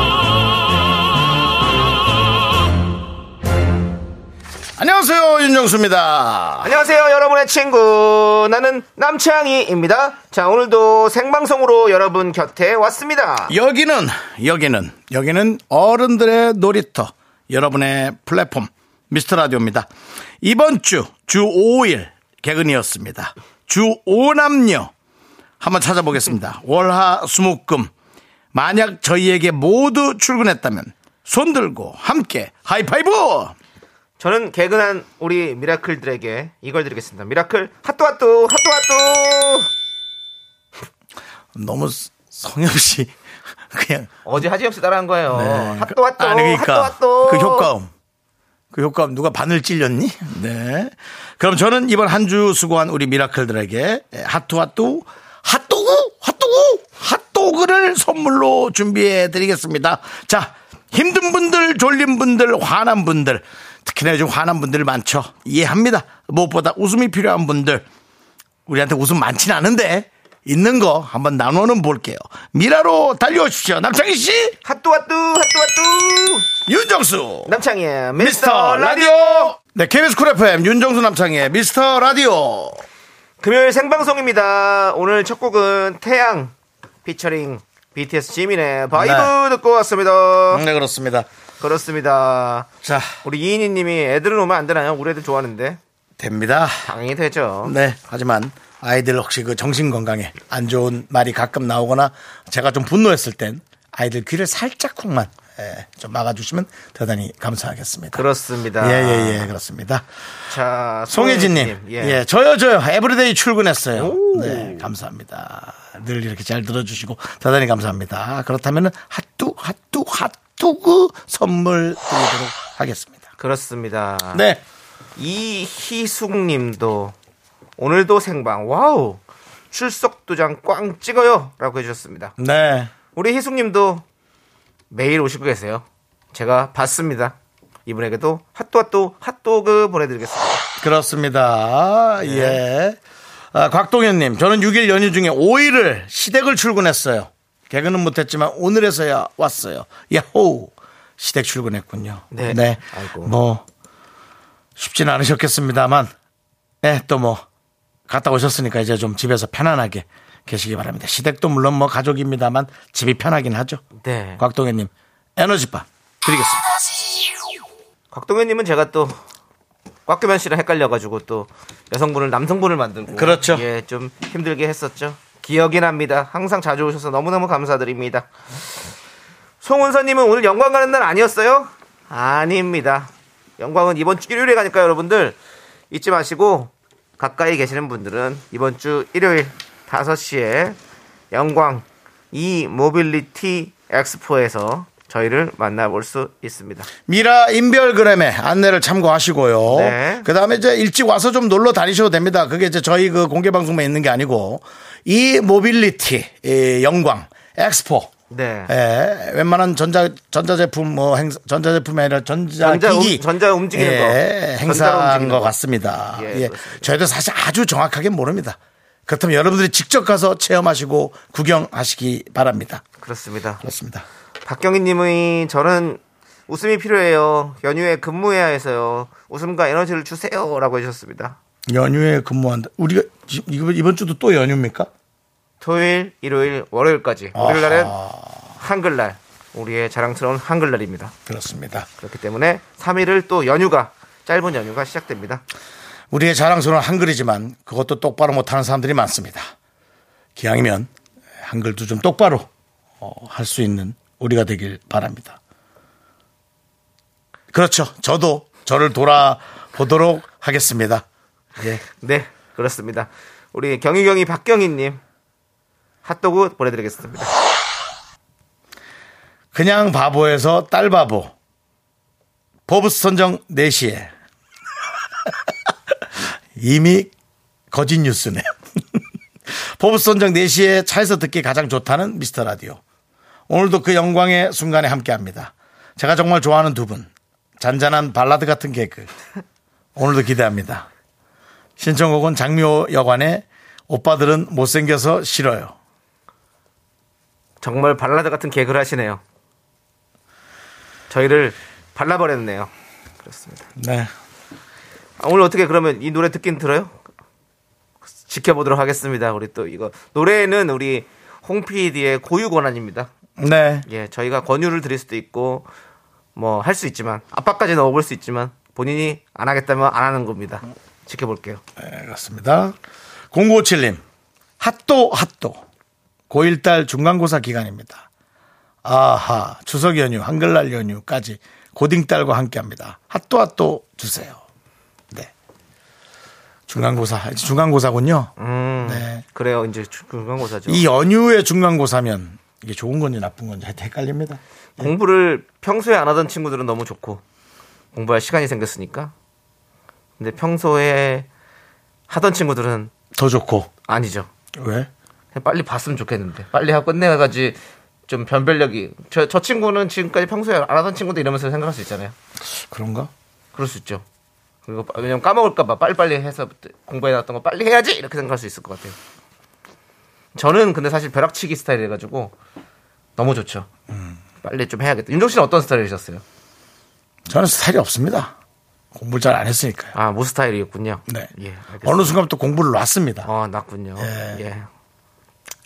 안녕하세요 윤정수입니다. 안녕하세요, 여러분의 친구. 나는 남창희입니다. 자, 오늘도 생방송으로 여러분 곁에 왔습니다. 여기는 여기는 여기는 어른들의 놀이터 여러분의 플랫폼 미스터 라디오입니다. 이번 주 주 5일 개근이었습니다. 주 5남녀 한번 찾아보겠습니다. 월하 수목금 만약 저희에게 모두 출근했다면 손 들고 함께 하이파이브 저는 개근한 우리 미라클들에게 이걸 드리겠습니다. 미라클, 핫도핫도, 핫도핫도! 너무 성엽 씨 그냥 어제 하지영 씨 따라한 거예요. 네. 핫도 핫도 아니, 그러니까 핫도 핫도. 그 효과음. 그 효과음 누가 바늘 찔렸니? 네. 그럼 저는 이번 한 주 수고한 우리 미라클들에게 핫도 핫도 핫도그 핫도그 핫도그를 선물로 준비해 드리겠습니다. 자, 힘든 분들, 졸린 분들, 화난 분들, 특히나 요즘 화난 분들 많죠. 이해합니다. 무엇보다 웃음이 필요한 분들 우리한테 웃음 많진 않은데 있는 거 한번 나눠는 볼게요. 미라로 달려오십시오. 남창희 씨, 핫도 핫도 핫도 핫도. 윤정수, 남창희의 미스터 라디오. 네, KBS 쿨 FM 윤정수 남창희 미스터 라디오. 금요일 생방송입니다. 오늘 첫 곡은 태양 피처링 BTS 지민의 바이브 네. 듣고 왔습니다. 네 그렇습니다. 그렇습니다. 자, 우리 이인희 님이 애들은 오면 안 되나요? 우리 애들 좋아하는데. 됩니다. 당연히 되죠. 네, 하지만 아이들 혹시 그 정신 건강에 안 좋은 말이 가끔 나오거나 제가 좀 분노했을 땐 아이들 귀를 살짝 쿵만 예, 좀 막아주시면 대단히 감사하겠습니다. 그렇습니다. 예예예 그렇습니다. 자, 송혜진님, 송혜진님, 예. 예. 저요 저요 에브리데이 출근했어요. 네 감사합니다. 늘 이렇게 잘 들어주시고 대단히 감사합니다. 그렇다면은 핫뚜 핫뚜 핫뚜그 선물 드리도록 하겠습니다. 그렇습니다. 네 이희숙님도 오늘도 생방 와우 출석 도장 꽝 찍어요라고 해주셨습니다. 네. 우리 희숙님도 매일 오시고 계세요. 제가 봤습니다. 이분에게도 핫도핫도 핫도그 보내드리겠습니다. 그렇습니다. 네. 예. 아, 곽동현님, 저는 6일 연휴 중에 5일을 시댁을 출근했어요. 개그는 못했지만 오늘에서야 왔어요. 야호! 시댁 출근했군요. 네. 아이고. 뭐, 쉽진 않으셨겠습니다만, 네, 또 뭐, 갔다 오셨으니까 이제 좀 집에서 편안하게 계시기 바랍니다. 시댁도 물론 뭐 가족입니다만 집이 편하긴 하죠. 네. 곽동현님, 에너지바 드리겠습니다. 곽동현님은 제가 또 곽규현 씨랑 헷갈려가지고 또 여성분을 남성분을 만들고 그렇죠. 예, 좀 힘들게 했었죠. 기억이 납니다. 항상 자주 오셔서 너무너무 감사드립니다. 송은서님은 오늘 영광 가는 날 아니었어요? 아닙니다. 영광은 이번 주 일요일에 가니까 여러분들 잊지 마시고 가까이 계시는 분들은 이번 주 일요일 5시에 영광 이 모빌리티 엑스포에서 저희를 만나볼 수 있습니다. 미라 인별그램의 안내를 참고하시고요. 네. 그 다음에 이제 일찍 와서 좀 놀러 다니셔도 됩니다. 그게 이제 저희 그 공개방송만 있는 게 아니고 이 모빌리티, 이 영광, 엑스포. 네. 예, 웬만한 전자 전자제품 뭐 행사, 전자제품이 아니라 전자기기 전자 움- 전자 움직이는 거. 예, 전자로 행사인 움직이는 것 거. 같습니다. 예, 예, 그렇습니다. 저희도 사실 아주 정확하게 모릅니다. 그렇다면 여러분들이 직접 가서 체험하시고 구경하시기 바랍니다. 그렇습니다. 그렇습니다. 박경희님의 저는 웃음이 필요해요. 연휴에 근무해야 해서요. 웃음과 에너지를 주세요라고 해주셨습니다. 연휴에 근무한다. 우리가 지- 이거 이번 주도 또 연휴입니까? 토요일, 일요일, 월요일까지. 월요일 날은 한글날. 우리의 자랑스러운 한글날입니다. 그렇습니다. 그렇기 때문에 3일을 또 연휴가 짧은 연휴가 시작됩니다. 우리의 자랑스러운 한글이지만 그것도 똑바로 못하는 사람들이 많습니다. 기왕이면 한글도 좀 똑바로 어, 할 수 있는 우리가 되길 바랍니다. 그렇죠. 저도 저를 돌아보도록 하겠습니다. 예. 네, 그렇습니다. 우리 경희경희 박경희님 핫도그 보내드리겠습니다. 그냥 네 바보에서 딸 바보. 보브스 선정 4시에. 이미 거짓 뉴스네요. 보부스 선정 4시에 차에서 듣기 가장 좋다는 미스터 라디오. 오늘도 그 영광의 순간에 함께 합니다. 제가 정말 좋아하는 두 분. 잔잔한 발라드 같은 개그. 오늘도 기대합니다. 신청곡은 장미호 여관의 오빠들은 못생겨서 싫어요. 정말 발라드 같은 개그를 하시네요. 저희를 발라버렸네요. 그렇습니다. 네. 아, 오늘 어떻게 그러면 이 노래 듣긴 들어요? 지켜보도록 하겠습니다. 우리 또 이거 노래는 우리 홍 PD의 고유 권한입니다. 네. 예, 저희가 권유를 드릴 수도 있고 뭐 할 수 있지만 압박까지 넣어볼 수 있지만 본인이 안 하겠다면 안 하는 겁니다. 지켜볼게요. 네, 그렇습니다. 0957님, 핫도, 핫도. 고1딸 중간고사 기간입니다. 아하, 추석 연휴, 한글날 연휴까지 고딩딸과 함께 합니다. 핫도, 핫도 주세요. 네. 중간고사, 아, 이제 중간고사군요. 음, 네. 그래요. 이제 주- 중간고사죠. 이 연휴에 중간고사면 이게 좋은 건지 나쁜 건지 하여튼 헷갈립니다. 공부를 평소에 안 하던 친구들은 너무 좋고 공부할 시간이 생겼으니까. 근데 평소에 하던 친구들은 더 좋고. 아니죠. 왜? 그냥 빨리 봤으면 좋겠는데 빨리 하고 끝내가지 좀 변별력이 저, 저 친구는 지금까지 평소에 안 하던 친구도 이러면서 생각할 수 있잖아요. 그런가? 그럴 수 있죠. 그리고 빠- 왜냐면 까먹을까봐 빨리빨리 해서 공부해놨던 거 빨리 해야지 이렇게 생각할 수 있을 것 같아요. 저는 근데 사실 벼락치기 스타일이라가지고 너무 좋죠. 음. 빨리 좀 해야겠다. 윤종 씨는 어떤 스타일이셨어요? 저는 스타일이 없습니다. 공부를 잘 안 했으니까요. 아, 무 스타일이었군요. 네. 예, 알겠습니다. 어느 순간부터 공부를 놨습니다. 어, 났군요. 예. 예.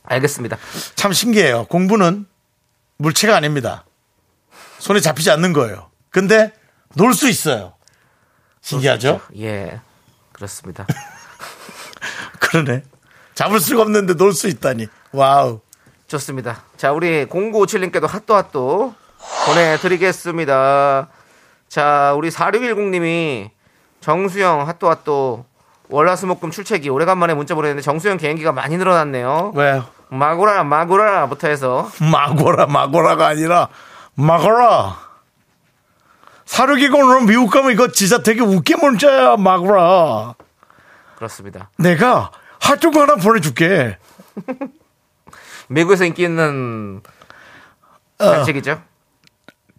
알겠습니다. 참 신기해요. 공부는 물체가 아닙니다. 손에 잡히지 않는 거예요. 근데 놀 수 있어요. 신기하죠? 예. 그렇습니다. 그러네. 잡을 수가 없는데 놀 수 있다니. 와우. 좋습니다. 자, 우리 0957님께도 핫도핫도 보내드리겠습니다. 자, 우리 4610님이 정수영 핫도핫도 월화수목금 출첵이 오래간만에 문자 보냈는데 정수영 개인기가 많이 늘어났네요. 왜요? 마구라 마구라부터 해서 마고라, 마고라가 아니라 마고라. 사륙이고 오늘 미국 가면 이거 진짜 되게 웃게 문자야, 마고라. 그렇습니다. 내가 핫도그 하나 보내줄게. 미국에서 인기 있는 어. 간식이죠.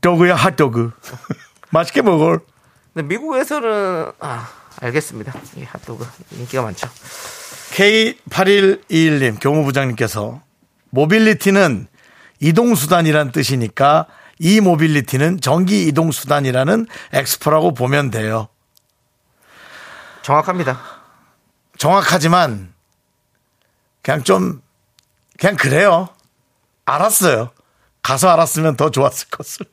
도그야, 핫도그. 맛있게 먹을. 근데 미국에서는 아, 알겠습니다. 이 핫도그 인기가 많죠. K8121님 교무부장님께서 모빌리티는 이동수단이란 뜻이니까 이 모빌리티는 전기 이동수단이라는 엑스포라고 보면 돼요. 정확합니다. 정확하지만 그냥 좀 그냥 그래요. 알았어요. 가서 알았으면 더 좋았을 것을.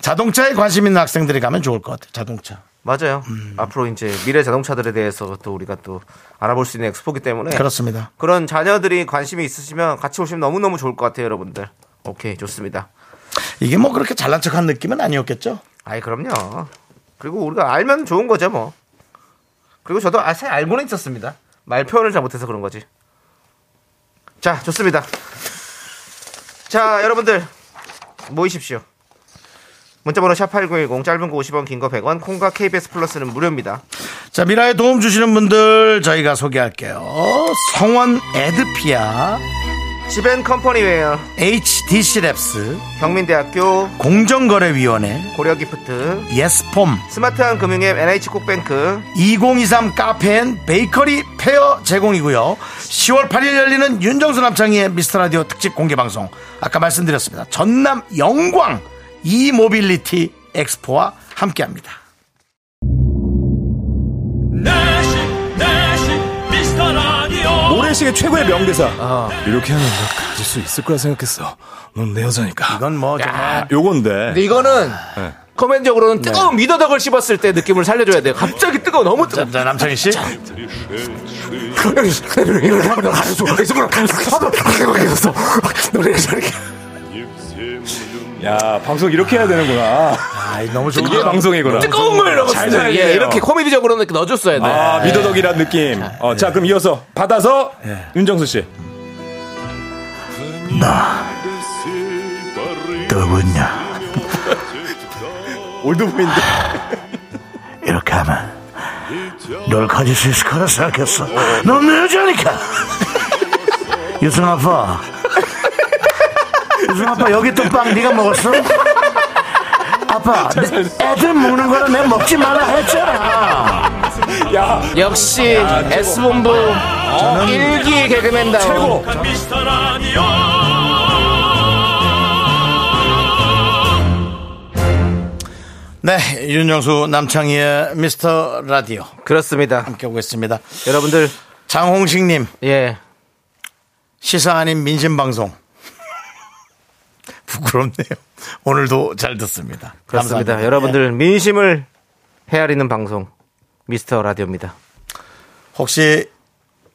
자동차에 관심 있는 학생들이 가면 좋을 것 같아요. 자동차. 맞아요. 음. 앞으로 이제 미래 자동차들에 대해서 또 우리가 또 알아볼 수 있는 엑스포기 때문에 그렇습니다. 그런 자녀들이 관심이 있으시면 같이 오시면 너무너무 좋을 것 같아요, 여러분들. 오케이, 좋습니다. 이게 뭐 그렇게 잘난 척한 느낌은 아니었겠죠? 아이, 그럼요. 그리고 우리가 알면 좋은 거죠, 뭐. 그리고 저도 아, 잘 알고는 있었습니다. 말 표현을 잘못해서 그런 거지. 자, 좋습니다. 자, 여러분들 모이십시오. 문자번호 샵8910 짧은 거 50원 긴 거 100원 콩과 KBS 플러스는 무료입니다. 자, 미라에 도움 주시는 분들 저희가 소개할게요. 성원 에드피아, 지벤 컴퍼니웨어 HDC랩스, 경민대학교 공정거래위원회, 고려기프트 예스폼, 스마트한 금융앱 NH콕뱅크 2023 카페엔 베이커리 페어 제공이고요. 10월 8일 열리는 윤정수 남창희의 미스터라디오 특집 공개방송. 아까 말씀드렸습니다. 전남 영광 이모빌리티 엑스포와 함께합니다. 내식 내식 미스터 라디오 모래시계 최고의 명대사. 아. 이렇게 하면 너 가질 수 있을 거라 생각했어. 넌 내 여자니까. 이건 뭐 정말 요건데. 네. 근데 이거는 커맨적으로는 뜨거운 미더덕을 씹었을 때 느낌을 살려줘야 돼요. 갑자기 뜨거워, 너무 뜨거워. 자, 남창희 씨. 야, 방송 이렇게 해야 되는구나. 아, 너무 좋은 이게 방송이구나. 뜨거운 걸 잘 넣었어요. 살리네요. 예, 이렇게 코미디적으로는 이렇게 넣어줬어야 돼. 아, 네. 미더덕이란 느낌. 어, 자, 그럼 이어서 받아서 네. 윤정수 씨. 누구냐? 올드보인데. 이렇게 하면 널 가질 수 있을 거라 생각했어. 넌 내 여자니까. 유승 아빠. 유승 아빠 여기 또 빵 네가 먹었어? 아빠 내 애들 먹는 거라 내가 먹지 말라 했잖아. 역시 S본부 일기 개그맨다. 최고. 미스터 라디오 네, 윤정수 남창희의 미스터 라디오 그렇습니다. 함께하고 있습니다. 여러분들 장홍식님 예 시사 아닌 민심 방송 부끄럽네요. 오늘도 잘 듣습니다. 그렇습니다. 감사합니다. 여러분들 민심을 헤아리는 방송 미스터 라디오입니다. 혹시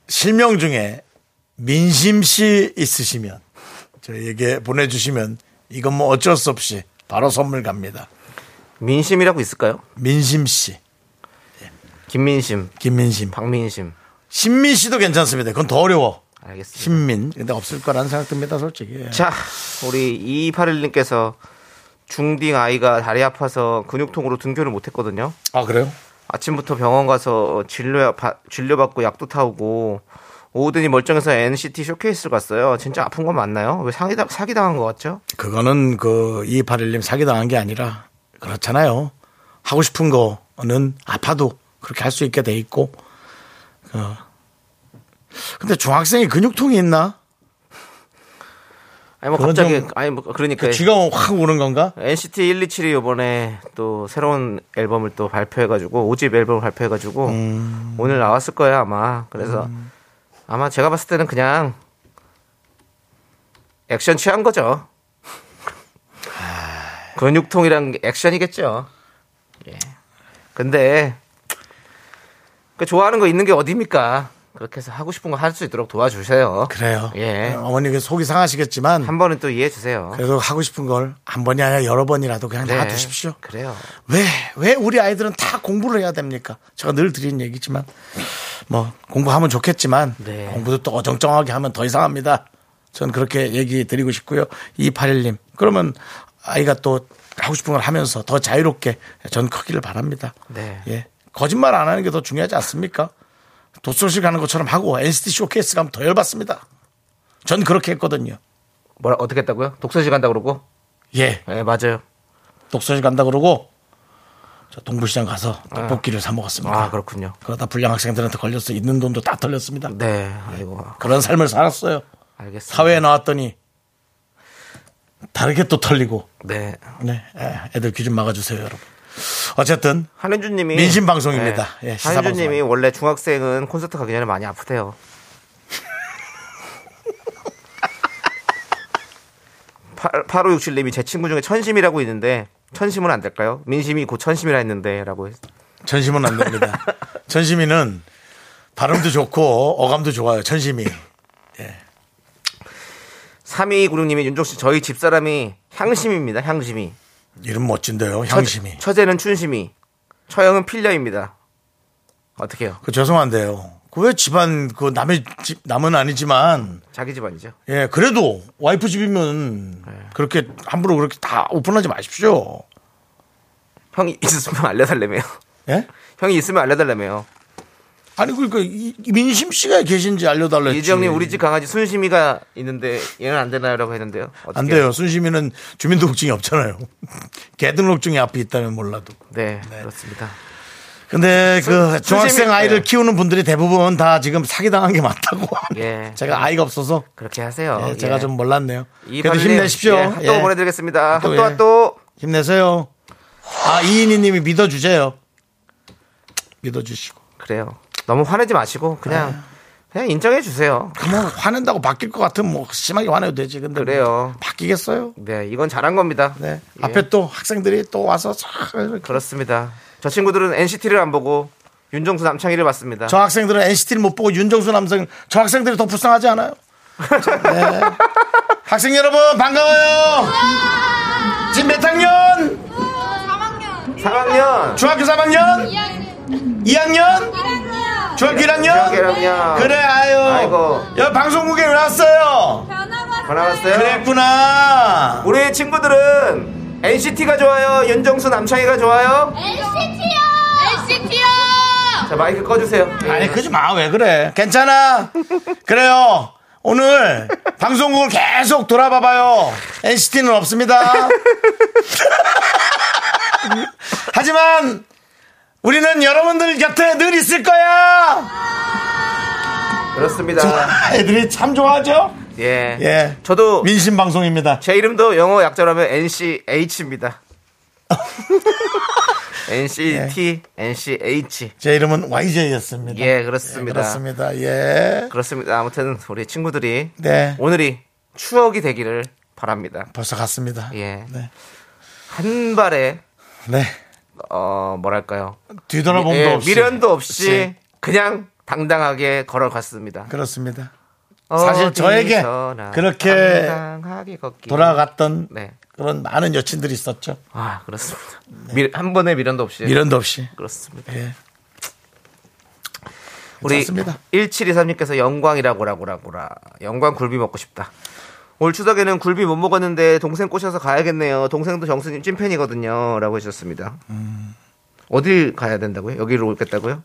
실명 중에 민심 씨 있으시면 저희에게 보내주시면 이건 뭐 어쩔 수 없이 바로 선물 갑니다. 민심이라고 있을까요? 민심 씨, 김민심, 김민심, 박민심. 신민 씨도 괜찮습니다. 그건 더 어려워. 알겠습니다. 신민. 근데 없을 거라는 생각 듭니다, 솔직히. 예. 네. 자, 우리 2281님께서 중딩 아이가 다리 아파서 근육통으로 등교를 못했거든요. 아, 그래요? 아침부터 병원 가서 진료 바- 진료받고 약도 타오고 오후 되니 멀쩡해서 NCT 쇼케이스를 갔어요. 진짜 아픈 건 맞나요? 왜 사기 사기 당한 것 같죠? 그거는 그 2281님 사기당한 게 아니라 그렇잖아요. 하고 싶은 거는 아파도 그렇게 할 수 있게 돼 있고. 어. 근데 중학생이 근육통이 있나? 아니 뭐 그건 갑자기 좀- 아니 뭐 그러니까 그 쥐가 확 오는 건가? NCT 127이 이번에 또 새로운 앨범을 또 발표해가지고 5집 앨범을 발표해가지고 음. 오늘 나왔을 거예요 아마 그래서 아마 제가 봤을 때는 그냥 액션 취한 거죠 그 근육통이란 게 액션이겠죠 예. 근데 그 좋아하는 거 있는 게 어딥니까 그렇게 해서 하고 싶은 거 할 수 있도록 도와주세요 그래요. 예. 어머니 속이 상하시겠지만 한 번은 또 이해해 주세요 그래도 하고 싶은 걸 한 번이 아니라 여러 번이라도 그냥 네. 놔두십시오. 그래요 왜, 왜 우리 아이들은 다 공부를 해야 됩니까? 제가 늘 드리는 얘기지만, 뭐, 공부하면 좋겠지만, 네. 공부도 또 어정쩡하게 하면 더 이상합니다. 전 그렇게 얘기 드리고 싶고요. 281님. 그러면 아이가 또 하고 싶은 걸 하면서 더 자유롭게 전 크기를 바랍니다. 네. 예. 거짓말 안 하는 게 더 중요하지 않습니까? 도서실 가는 것처럼 하고 NCT 쇼케이스 가면 더 열받습니다. 전 그렇게 했거든요. 뭐라 어떻게 했다고요? 독서실 간다 그러고? 예. 예, 맞아요. 독서실 간다 그러고 저 동부시장 가서 떡볶이를 사 먹었습니다. 아, 그렇군요. 그러다 불량 학생들한테 걸려서 있는 돈도 다 털렸습니다. 네, 아이고. 그런 삶을 살았어요. 알겠습니다. 사회에 나왔더니 다르게 또 털리고. 네. 네, 예, 애들 귀 좀 막아주세요, 여러분. 어쨌든 한현준 님이 네. 민심 방송입니다. 예, 시사 한현준 방송. 님이 원래 중학생은 콘서트 가기 전에 많이 아프대요. 팔- 8567님이 제 친구 중에 천심이라고 있는데 천심은 안 될까요? 민심이 곧 천심이라 했는데 라고 했- 전심은 안 됩니다. 전심이는 발음도 좋고 어감도 좋아요. 전심이 3296님이 윤종씨 저희 집사람이 향심입니다 향심이 이름 멋진데요. 향심이. 처, 제는 춘심이 처형은 필려입니다 어떻게 해요? 그 죄송한데요. 그 왜 집안 그 남의 집 남은 아니지만 자기 집안이죠 예, 그래도 와이프 집이면 그렇게 함부로 그렇게 다 오픈하지 마십시오. 형이 있으면 알려달라며요. 예? 형이 있으면 알려달라며요. 아니 그러니까 이- 이 민심 씨가 계신지 알려달라. 이주영님 우리 집 강아지 순심이가 있는데 얘는 안 되나요라고 했는데요. 어떻게 안 돼요. 순심이는 주민등록증이 없잖아요. 개등록증이 앞에 있다면 몰라도. 네, 그렇습니다. 근데 그 순- 중학생 순심이- 아이를 네. 키우는 분들이 대부분 다 지금 사기당한 게 맞다고. 예. 제가 아이가 없어서 그렇게 하세요. 예, 제가 예. 좀 몰랐네요. 이 그래도 발레- 힘내십시오. 예, 핫도그 예. 보내드리겠습니다. 핫도그, 핫도그 예. 핫도그. 힘내세요. 아 이인희님이 믿어주세요. 믿어주시고. 그래요. 너무 화내지 마시고 그냥 네. 그냥 인정해 주세요. 그냥 화낸다고 바뀔 것 같으면 뭐 심하게 화내도 되지. 근데 그래요. 바뀌겠어요? 네, 이건 잘한 겁니다. 네. 예, 앞에 또 학생들이 또 와서 싹 이렇게. 그렇습니다. 저 친구들은 NCT를 안 보고 윤종수 남창희를 봤습니다. 저 학생들은 NCT를 못 보고 윤정수 남성 저 학생들이 더 불쌍하지 않아요? 네. 학생 여러분 반가워요. 지금 몇 학년? 3학년 중학교 3학년? 2학년? 중학교 1학년? 학년 그래 아유. 네, 아이고. 여 방송국에 왜 왔어요? 나왔어요. 그랬구나. 우리 친구들은 NCT가 좋아요, 윤정수 남창희가 좋아요. NCT요! NCT요! 자, 마이크 꺼주세요. 아니 그러지 마. 왜 그래? 괜찮아. 그래요. 오늘 방송국을 계속 돌아봐봐요. NCT는 없습니다. 하지만 우리는 여러분들 곁에 늘 있을 거야. 그렇습니다. 애들이 참 좋아하죠. 예. 예. 저도 민심 방송입니다. 제 이름도 영어 약자라면 NCH입니다. NCT, NCH. 제 이름은 YJ였습니다. 예, 그렇습니다. 그렇습니다. 예. 그렇습니다. 아무튼 우리 친구들이 네. 오늘이 추억이 되기를 바랍니다. 벌써 갔습니다. 예. 네. 한 발에 네. 어 뭐랄까요? 뒤돌아봄도 예, 없이. 네. 미련도 없이 그냥 당당하게 걸어갔습니다. 그렇습니다. 사실 저에게 어디서나 그렇게 어, 당당하게 걷기. 돌아갔던 예. 네. 그런 많은 여친들이 있었죠. 아 그렇습니다. 미- 한 번에 미련도 없이 네. 미련도 없이. 그렇습니다. 예. 네, 우리 괜찮습니다. 1723님께서 영광이라고라고라고라 영광 굴비 먹고 싶다. 올 추석에는 굴비 못 먹었는데 동생 꼬셔서 가야겠네요. 동생도 정수님 찐팬이거든요.라고 해주셨습니다. 음. 어딜 가야 된다고요? 여기로 오겠다고요?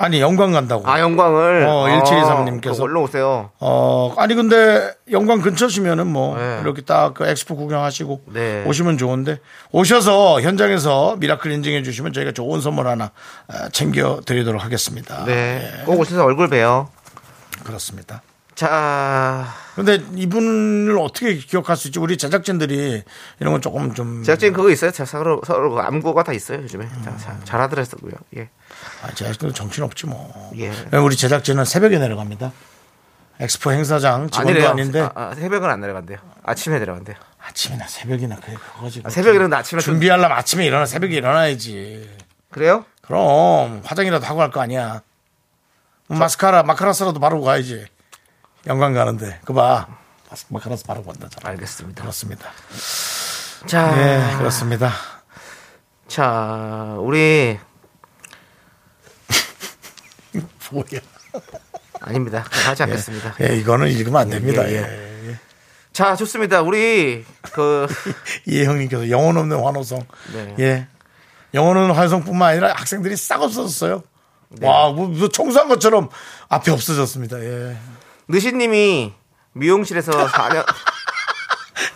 아니 영광 간다고. 아 영광을 어, 1723 님께서. 얼른 오세요. 어 아니 근데 영광 근처시면은 뭐 네. 이렇게 딱 그 엑스포 구경하시고 네. 오시면 좋은데 오셔서 현장에서 미라클 인증해 주시면 저희가 좋은 선물 하나 아, 챙겨 드리도록 하겠습니다. 네, 꼭 오셔서 얼굴 봬요. 예, 그렇습니다. 자, 근데 이분을 어떻게 기억할 수 있지? 우리 제작진들이 이런 건 조금 좀 제작진 그거 있어요? 자, 서로 서로 그 암고가 다 있어요 요즘에. 자, 자, 잘하더라고요. 예, 아, 제작진도 정신 없지 뭐. 예. 왜냐면 우리 제작진은 새벽에 내려갑니다. 엑스포 행사장 직원도 아니래요. 아닌데 아, 아, 새벽은 안 내려간대요. 아침에 내려간대요. 아침이나 새벽이나 그게 그거지. 아, 새벽이라도 아침에 좀- 준비하려면 아침에 일어나 새벽에 일어나야지. 그래요? 그럼 화장이라도 하고 갈 거 아니야. 뭐 마스카라 마카라스라도 바르고 가야지. 영광 가는데 그 봐. 마스- 마카라스 바르고 간다잖아. 알겠습니다. 그렇습니다. 자, 예, 그렇습니다. 자, 우리 뭐야. 아닙니다. 그냥 하지 않겠습니다. 예, 이거는 읽으면 안 됩니다. 예, 예. 자, 좋습니다. 우리 그 이 예, 형님께서 영혼 없는 환호성. 네. 예. 영혼 없는 환호성뿐만 아니라 학생들이 싹 없어졌어요. 네. 와, 뭐, 뭐 청소한 것처럼 앞에 없어졌습니다. 예. 느시님이 미용실에서 4년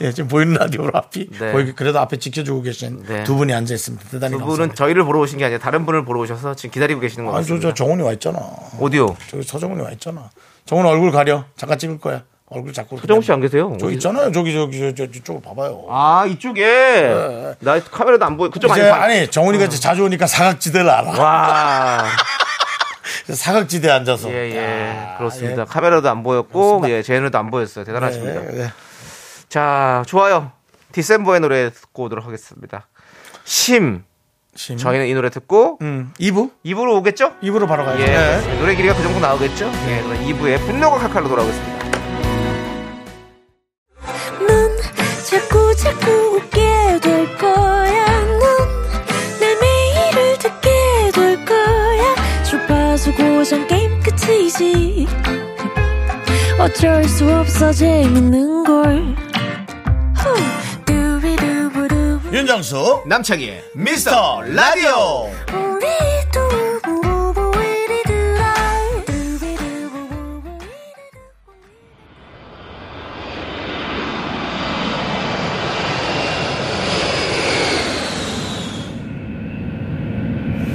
예, 지금 보이는 라디오로 앞이 네. 거의 그래도 앞에 지켜주고 계신 네. 두 분이 앉아 있습니다. 대단히 네, 두 분은 감사합니다. 저희를 보러 오신 게 아니라 다른 분을 보러 오셔서 지금 기다리고 계시는 것 아, 저, 같습니다. 저 정훈이 와 있잖아. 오디오. 저기 서정훈이 와 있잖아. 정훈 얼굴 가려. 잠깐 찍을 거야. 얼굴 자꾸. 서정훈 씨안 계세요? 저 있잖아요. 저기 저기 저, 저, 저쪽으로 봐봐요. 아 이쪽에 나 카메라도 안 보여. 그쪽 네. 이제 아니 봐. 음. 어? 아니 정훈이가 이제 자주 오니까 사각지대를 알아. 와. 사각지대에 앉아서. 예, 예. 야, 그렇습니다. 카메라도 안 보였고, 예, 제노도 안 보였어요. 예. 대단하십니다. 예, 예. 자, 좋아요. 디셈버의 노래 듣고 오도록 하겠습니다. 심. 심. 저희는 이 노래 듣고, 음, 2부? 입으로 오겠죠? 입으로 바로 가요. 예. 예. 그렇습니다. 노래 길이가 그 정도 나오겠죠? 예. 그럼 2부에 분노가 칼칼로 돌아오겠습니다. 넌 자꾸 자꾸 웃게 될 거야. 넌내 매일을 듣게 될 거야. 주파수 고정 게임 끝이지. 어쩔 수 없어 재밌는 걸. 후. 두비두부두. 윤정수 남창희 미스터 라디오 우리 두부부부 우리 두라. 두비두부부부 우리 두라.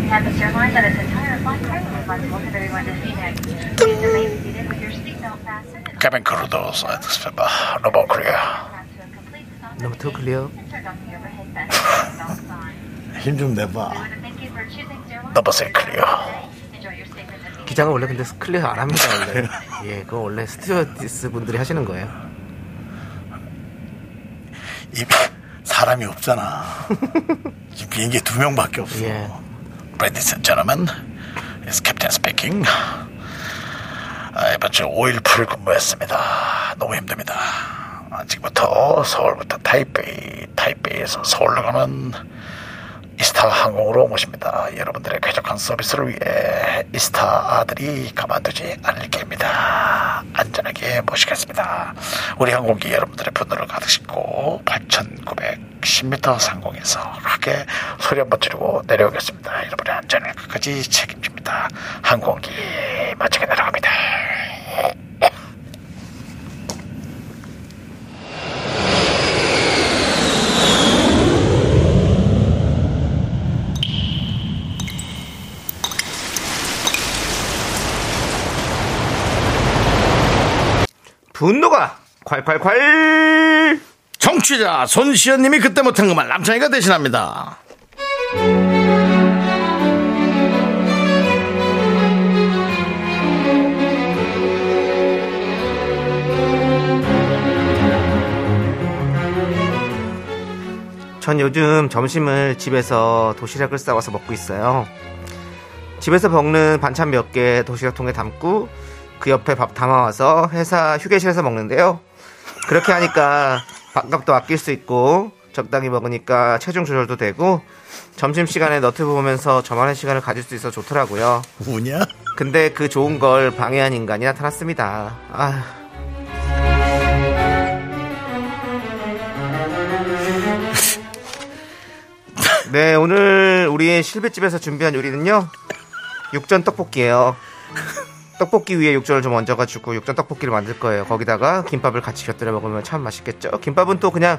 Have the airline that its entire flight crew would like to welcome everyone to Phoenix. Please remain seated with your seatbelt fastened and 케빈 크루도 사이트스 페바 노바 코리아 come to a complete stop. 너무 더 클리어. And turn on the overhead vent stop sign. 힘좀 We 내봐 want to thank you for choosing Airline. 더버스 클리어 Enjoy your stay with us. 기장은 원래 근데 클리어 안 합니다, 원래. 예, 그거 원래 스튜어디스 분들이 하시는 거예요. 이 사람이 없잖아 지금 비행기에 두 명밖에 없어 예. Ladies and gentlemen It's Captain speaking 아, 이번 주 5일 8일 근무했습니다 너무 힘듭니다 아, 지금부터 서울부터 타이베이 타이베이에서 서울로 가는 이스타 항공으로 모십니다. 여러분들의 쾌적한 서비스를 위해 이스타 아들이 가만두지 않을 겁니다. 안전하게 모시겠습니다. 우리 항공기 여러분들의 분노를 가득 싣고 8,910m 상공에서 크게 소리 한번 지르고 내려오겠습니다. 여러분의 안전을 끝까지 책임집니다. 있습니다. 항공기 멋지게 날아갑니다. 분노가 콸콸콸 정취자 손시현님이 그때 못한 그말 남창이가 대신합니다. 전 요즘 점심을 집에서 도시락을 싸와서 먹고 있어요. 집에서 먹는 반찬 몇 개 도시락통에 담고 그 옆에 밥 담아와서 회사 휴게실에서 먹는데요. 그렇게 하니까 밥값도 아낄 수 있고 적당히 먹으니까 체중 조절도 되고 점심시간에 너튜브 보면서 저만의 시간을 가질 수 있어 좋더라고요. 우냐? 근데 그 좋은 걸 방해한 인간이 나타났습니다. 아, 네 오늘 우리의 실비집에서 준비한 요리는요 육전 떡볶이예요. 떡볶이 위에 육전을 좀 얹어가지고 육전 떡볶이를 만들 거예요. 거기다가 김밥을 같이 곁들여 먹으면 참 맛있겠죠. 김밥은 또 그냥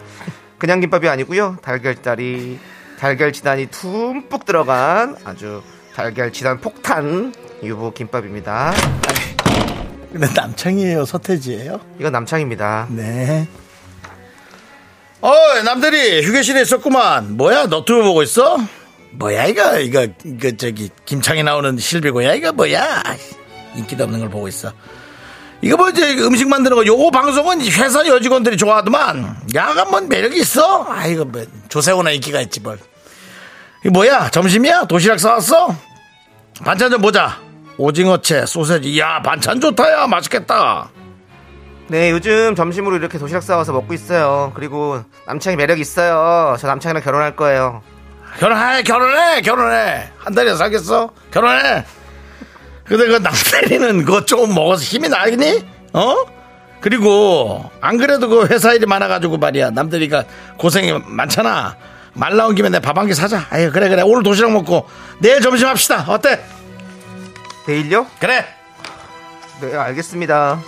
그냥 김밥이 아니고요 달걀다리 달걀 지단이 듬뿍 들어간 아주 달걀 지단 폭탄 유부 김밥입니다. 근데 남창이에요, 서태지예요? 이건 남창입니다. 네. 어이, 남들이 휴게실에 있었구만. 뭐야, 너튜브 보고 있어? 뭐야, 이거, 이거, 이거, 저기, 김창이 나오는 실비고야, 이거 뭐야? 인기도 없는 걸 보고 있어. 이거 뭐지, 음식 만드는 거, 요거 방송은 회사 여직원들이 좋아하더만, 야간 뭔 매력이 있어? 아, 이거 뭐, 조세호나 인기가 있지, 뭘. 이거 뭐야, 점심이야? 도시락 싸왔어? 반찬 좀 보자. 오징어채, 소세지, 야, 반찬 좋다, 야, 맛있겠다. 네, 요즘 점심으로 이렇게 도시락 싸워서 먹고 있어요. 그리고 남창이 매력 있어요. 저 남창이랑 결혼할 거예요. 결혼해 결혼해 결혼해 한 달이나 살겠어 결혼해 근데 그 남편이는 그거 조금 먹어서 힘이 나겠니 어 그리고 안 그래도 그 회사 일이 많아가지고 말이야 남들이가 고생이 많잖아 말 나온 김에 내 밥 한 끼 사자 아유 그래 그래 오늘 도시락 먹고 내일 점심 합시다 어때 내일요? 그래 네, 알겠습니다.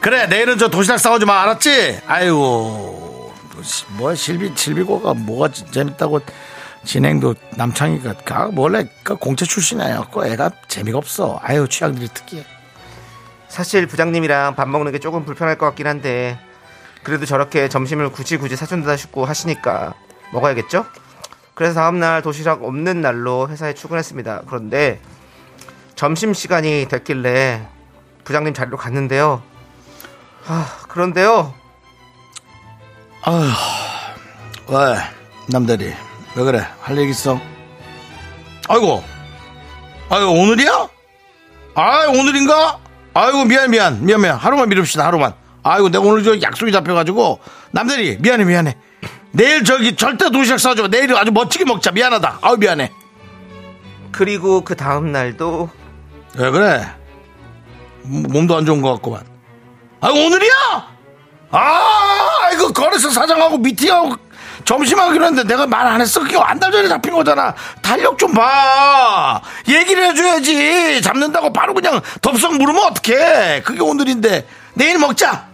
그래 내일은 저 도시락 싸우지 마 알았지 아이고 뭐 실비 실비고가 뭐가 지- 재밌다고 진행도 남창이가 아, 원래 그 공채 출신이었고 애가 재미가 없어 아유 취향들이 특이해 사실 부장님이랑 밥 먹는 게 조금 불편할 것 같긴 한데 그래도 저렇게 점심을 굳이 굳이 사준다 싶고 하시니까 먹어야겠죠? 그래서 다음날 도시락 없는 날로 회사에 출근했습니다. 그런데 점심 시간이 됐길래 부장님 자리로 갔는데요. 아, 그런데요. 왜 남대리 왜 그래 할 얘기 있어 아이고 아유 오늘이야 아유 오늘인가 아이고 미안 미안 미안 미안 하루만 미룹시다 하루만 아이고 내가 오늘 저 약속이 잡혀가지고 남대리 미안해 미안해 내일 저기 절대 도시락 싸줘 내일 아주 멋지게 먹자 미안하다 아유 미안해 그리고 그 다음 날도 왜 그래 음, 몸- 몸도 안 좋은 것 같구만 아 오늘이야 아 이거 거래소 사장하고 미팅하고 점심하기로 했는데 내가 말 안 했어 그게 한 달 전에 잡힌 거잖아 달력 좀 봐 얘기를 해줘야지 잡는다고 바로 그냥 덥석 물으면 어떡해 그게 오늘인데 내일 먹자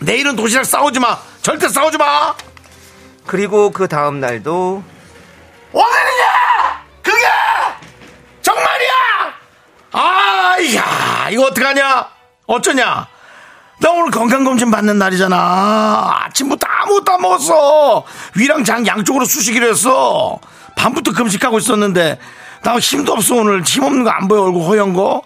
내일은 도시락 싸우지 마 절대 싸우지 마 그리고 그 다음 날도 오늘이냐 그게 정말이야 아야 이거 어떡하냐 어쩌냐 나 오늘 건강검진 받는 날이잖아 아침부터 아무것도 안 먹었어 위랑 장 양쪽으로 쑤시기로 했어 밤부터 금식하고 있었는데 나 힘도 없어 오늘 힘없는 거 안 보여 얼굴 허연 거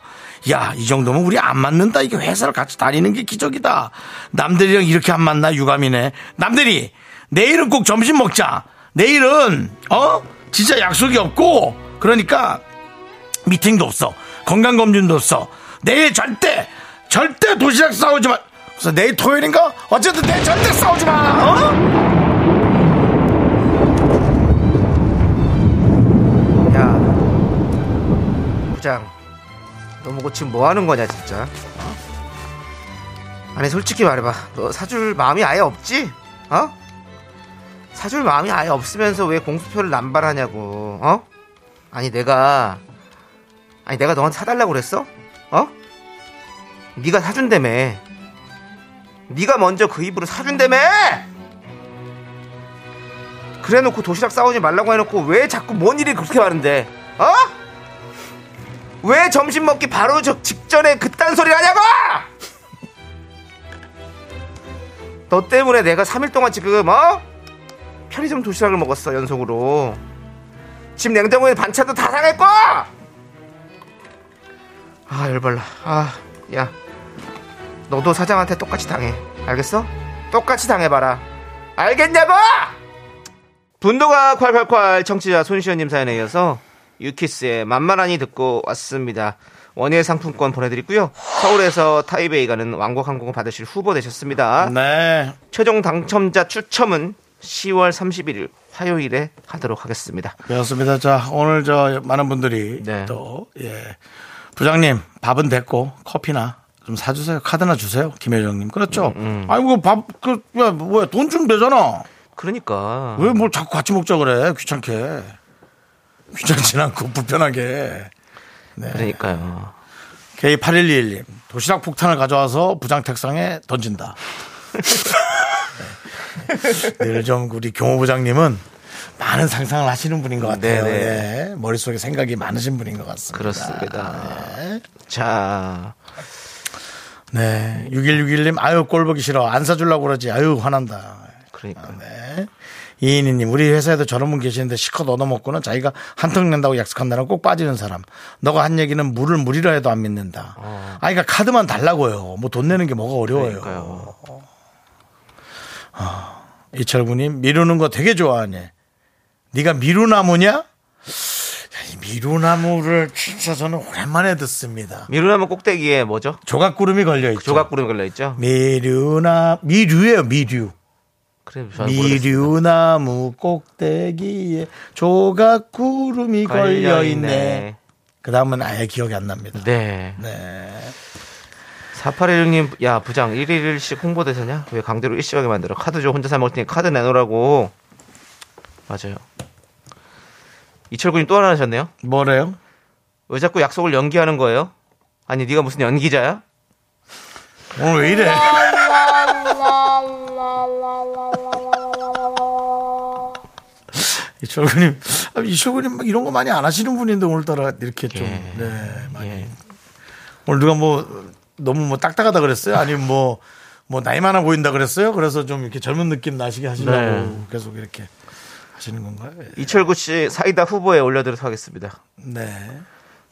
야, 이 정도면 우리 안 맞는다. 이게 회사를 같이 다니는 게 기적이다. 남들이랑 이렇게 안 만나 유감이네. 남들이 내일은 꼭 점심 먹자. 내일은 어 진짜 약속이 없고 그러니까 미팅도 없어. 건강검진도 없어. 내일 절대, 절대 도시락 싸우지 마. 그래서 내일 토요일인가? 어쨌든 내일 절대 싸우지 마. 어? 야 부장 너 뭐고 지금 뭐 하는 거냐 진짜 어? 아니 솔직히 말해봐 너 사줄 마음이 아예 없지 어 사줄 마음이 아예 없으면서 왜 공수표를 남발하냐고 어 아니 내가 아니 내가 너한테 사달라고 그랬어? 어? 네가 사준다며. 네가 먼저 그 입으로 사준다며. 그래놓고 도시락 싸우지 말라고 해놓고 왜 자꾸 뭔 일이 그렇게 많은데? 어? 왜 점심 먹기 바로 저 직전에 그딴 소리를 하냐고! 너 때문에 내가 3일 동안 지금 어? 편의점 도시락을 먹었어 연속으로 집 냉장고에 반찬도 다 상했고 아 열발나 아야 너도 사장한테 똑같이 당해 알겠어? 똑같이 당해봐라 알겠냐고 분노가 콸콸콸 청취자 손시현님 사연에 이어서 유키스의 만만하니 듣고 왔습니다 원예 상품권 보내드리고요 서울에서 타이베이 가는 왕복 항공 받으실 후보 되셨습니다 네. 최종 당첨자 추첨은 10월 31일 화요일에 하도록 하겠습니다. 그렇습니다. 자, 오늘 저 많은 분들이 네. 또, 예. 부장님, 밥은 됐고, 커피나 좀 사주세요. 카드나 주세요. 김혜정님. 그렇죠. 아이고, 밥, 그, 야, 뭐야, 돈 주면 되잖아. 그러니까 왜 뭘 자꾸 같이 먹자 그래. 귀찮게. 귀찮진 않고, 불편하게. 그러니까요. K8121님. 도시락 폭탄을 가져와서 부장 책상에 던진다. 네. 늘 좀 우리 경호부장님은 많은 상상을 하시는 분인 것 같아요. 네네. 예. 머릿속에 생각이 많으신 분인 것 같습니다. 그렇습니다. 네. 자, 네. 6161님, 아유, 꼴보기 싫어. 안 사주려고 그러지. 아유, 화난다. 그러니까 네. 이인희님, 우리 회사에도 저런 분 계시는데 시컷 얻어먹고는 자기가 한턱 낸다고 약속한다는 꼭 빠지는 사람. 너가 한 얘기는 물을 물이라 해도 안 믿는다. 아, 그러니까 카드만 달라고요. 뭐 돈 내는 게 뭐가 어려워요. 어. 그러니까요. 이철구님, 미루는 거 되게 좋아하네. 네가 미루나무냐? 야, 이 미루나무를 진짜 저는 오랜만에 듣습니다. 미루나무 꼭대기에 뭐죠? 조각구름이 걸려있죠. 조각구름이 걸려 있죠. 미루나, 미류예요 미류. 그래, 저는 모르겠어요. 미류나무 꼭대기에 조각구름이 걸려 있네. 그 다음은 아예 기억이 안 납니다. 네. 네. 4816님, 야, 부장, 1일씩 홍보대사냐? 왜 강제로 일시하게 만들어? 카드 줘, 혼자 사먹을 테니 카드 내놓으라고. 맞아요. 이철구님 또 하나 하셨네요? 뭐래요? 왜 자꾸 약속을 연기하는 거예요? 아니 네가 무슨 연기자야? 오늘 왜 이래? 이철구님, 아, 이철구님 막 이런 거 많이 안 하시는 분인데 오늘따라 이렇게 좀, 예. 네, 많이. 예. 오늘 누가 뭐 너무 뭐 딱딱하다 그랬어요? 아니면 뭐, 뭐 나이 많아 보인다 그랬어요? 그래서 좀 이렇게 젊은 느낌 나시게 하시려고 네. 계속 이렇게 하시는 건가요? 예. 이철구 씨 사이다 후보에 올려드려서 하겠습니다. 네.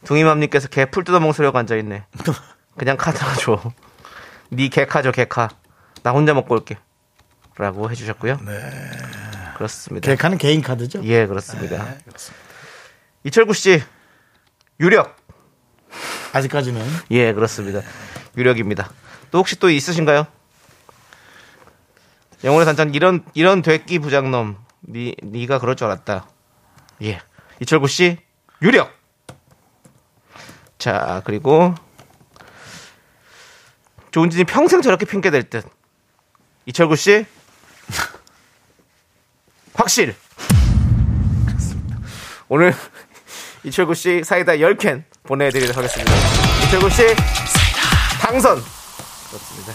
둥이맘님께서 개 풀 뜯어먹는 소리가 앉아있네. 그냥 카드나 줘. 네 개카죠 개카. 나 혼자 먹고 올게. 라고 해주셨고요. 네. 그렇습니다. 계획하는 개인 카드죠? 예 그렇습니다. 이철구 씨 유력. 아직까지는. 예 그렇습니다. 유력입니다. 또 혹시 또 있으신가요? 영혼의 단장 이런 이런 되끼 부장놈 니 니가 그럴 줄 알았다. 예 이철구 씨 유력. 자 그리고 조은진이 평생 저렇게 핑계 댈 듯. 이철구 씨 확실. 그렇습니다. 오늘 이철구 씨 사이다 10캔 보내드리도록 하겠습니다. 이철구 씨 당선. 그렇습니다.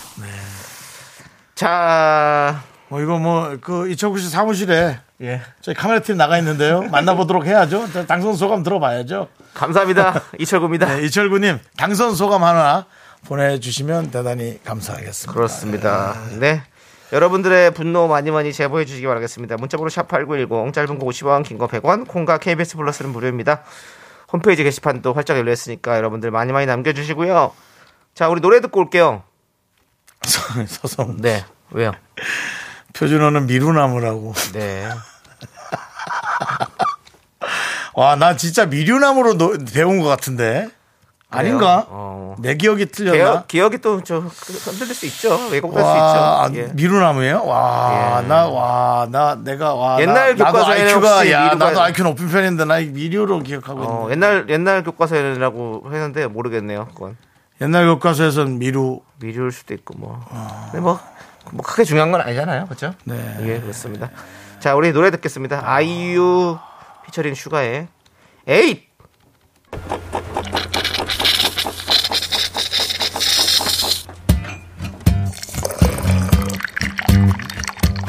자, 뭐 이거 뭐 그 이철구 씨 사무실에 예. 저희 카메라 팀 나가 있는데요. 만나보도록 해야죠. 저 당선 소감 들어봐야죠. 감사합니다. 이철구입니다. 네, 이철구님 당선 소감 하나 보내주시면 대단히 감사하겠습니다. 그렇습니다. 네. 여러분들의 분노 많이 많이 제보해 주시기 바라겠습니다. 문자번호 샵8910 짧은 거 50원 긴 거 100원 콩과 KBS 플러스는 무료입니다. 홈페이지 게시판도 활짝 열려 있으니까 여러분들 많이 많이 남겨주시고요. 자 우리 노래 듣고 올게요. 서서 네. 왜요? 표준어는 미루나무라고. 네. 와 나 진짜 미루나무로 노- 배운 것 같은데 아닌가? 어. 내 기억이 틀렸나? 기억, 기억이 또 저 흔들릴 수 있죠. 왜곡될 와, 아, 수 있죠. 예. 미루나무예요? 와, 나, 와, 나, 내가, 와. 옛날 나, 나도 교과서에는 IQ가, 혹시 야, 미루가- 나도 IQ 높은 편인데, 나 미루로 기억하고 있는데. 어, 옛날 옛날 교과서라고 했는데 모르겠네요. 그건 옛날 교과서에선 미루. 미룰 수도 있고 뭐. 아. 근데 뭐, 뭐 크게 중요한 건 아니잖아요. 그렇죠? 네. 예, 그렇습니다. 자, 우리 노래 듣겠습니다. 아이유 피처링 슈가의 에잇.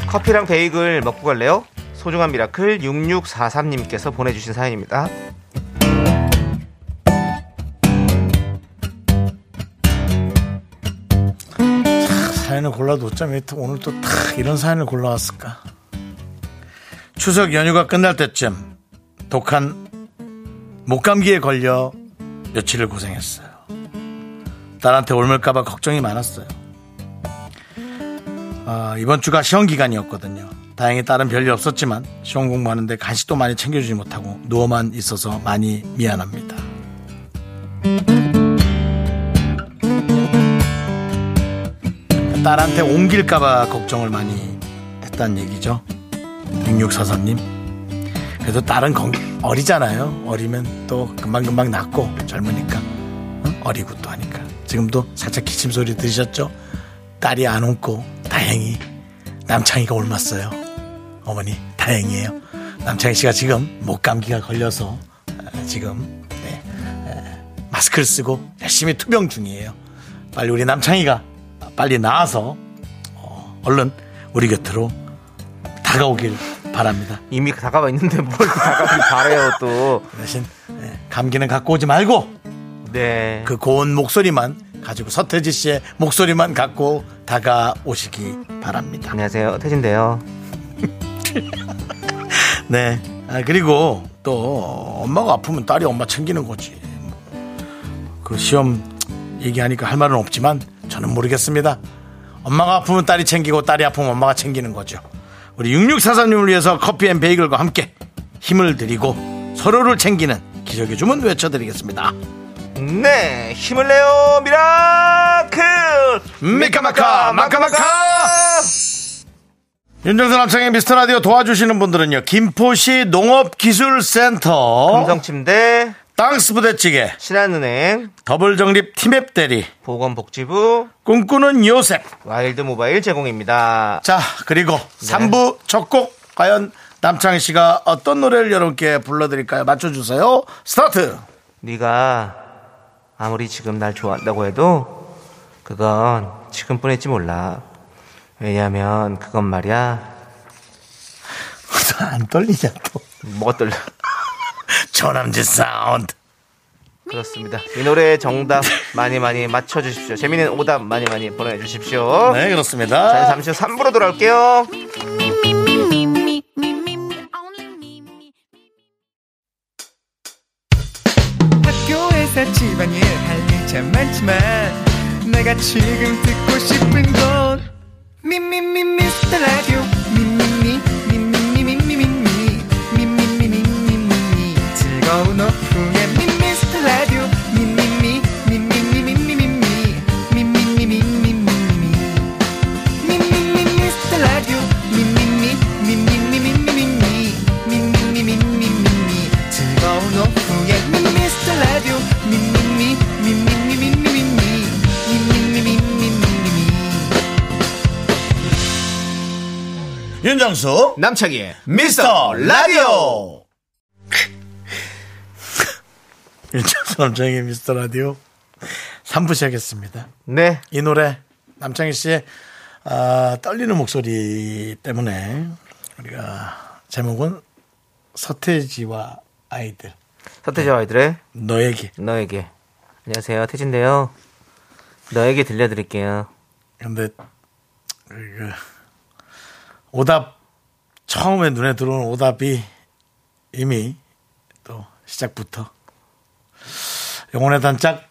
커피랑 베이글 먹고 갈래요? 소중한 미라클 6643님께서 보내주신 사연입니다. 그 사연을 골라도 어쩜 이렇게 오늘 또 탁 이런 사연을 골라왔을까? 추석 연휴가 끝날 때쯤 독한 목감기에 걸려 며칠을 고생했어요. 딸한테 옮을까봐 걱정이 많았어요. 아, 이번 주가 시험 기간이었거든요. 다행히 딸은 별일 없었지만 시험 공부하는데 간식도 많이 챙겨주지 못하고 누워만 있어서 많이 미안합니다. 딸한테 옮길까봐 걱정을 많이 했다는 얘기죠. 6643님. 그래도 딸은 건- 어리잖아요. 어리면 또 금방금방 낫고 젊으니까. 응? 어리고 또 하니까. 지금도 살짝 기침 소리 들으셨죠? 딸이 안 옮고 다행히 남창이가 옮았어요. 어머니 다행이에요. 남창희 씨가 지금 목 감기가 걸려서 아, 지금 네, 에, 마스크를 쓰고 열심히 투병 중이에요. 빨리 우리 남창이가 빨리 나아서 어, 얼른 우리 곁으로 다가오길 바랍니다. 이미 다가와 있는데 뭘 다가오길 바래요 또. 대신 예, 감기는 갖고 오지 말고 네. 그 고운 목소리만 가지고 서태지 씨의 목소리만 갖고 다가오시기 바랍니다. 안녕하세요 태진데요. 네. 아, 그리고 또 엄마가 아프면 딸이 엄마 챙기는 거지. 그 시험 얘기하니까 할 말은 없지만 저는 모르겠습니다. 엄마가 아프면 딸이 챙기고 딸이 아프면 엄마가 챙기는 거죠. 우리 6643님을 위해서 커피 앤 베이글과 함께 힘을 드리고 서로를 챙기는 기적의 주문 외쳐드리겠습니다. 네 힘을 내요 미라클. 미카마카 마카마카 윤정수 남창의 미스터 라디오 도와주시는 분들은요. 김포시 농업기술센터 어? 금성침대 땅스 부대찌개 신한은행 더블정립 티맵 대리 보건복지부 꿈꾸는 요셉 와일드모바일 제공입니다. 자 그리고 삼 3부 첫 곡 과연 남창희 씨가 어떤 노래를 여러분께 불러드릴까요 맞춰주세요 스타트 네가 아무리 지금 날 좋아한다고 해도 그건 지금뿐일지 몰라. 왜냐면 그건 말이야 안 떨리냐 또 뭐가 떨려. 조남지 사운드 그렇습니다. 이 노래의 정답 많이 많이 맞춰주십시오. 재미있는 오답 많이 많이 보내주십시오. 네 저희 그렇습니다 잠시 후 3부로 돌아올게요. 학교에서 집안일 할 일 참 많지만 내가 지금 듣고 싶은 건 미미미 미스터 라디오 미미미 미미미 미미미 미미미 미미미 미미미 즐거운 오후에 미미스터 라디오 미미미 미미미 미미미 미미미 미미미 미미미 윤정수 남창희의 미스터 라디오 윤정수 남창희 미스터 라디오 3부 시작했습니다 네. 이 노래 남창희 씨의 아, 떨리는 목소리 때문에 우리가 제목은 서태지와 아이들 서태지와 아이들의 너에게 너에게 안녕하세요 태진데요. 너에게 들려드릴게요. 근데 그 오답 처음에 눈에 들어온 오답이 이미 또 시작부터 영혼의 단짝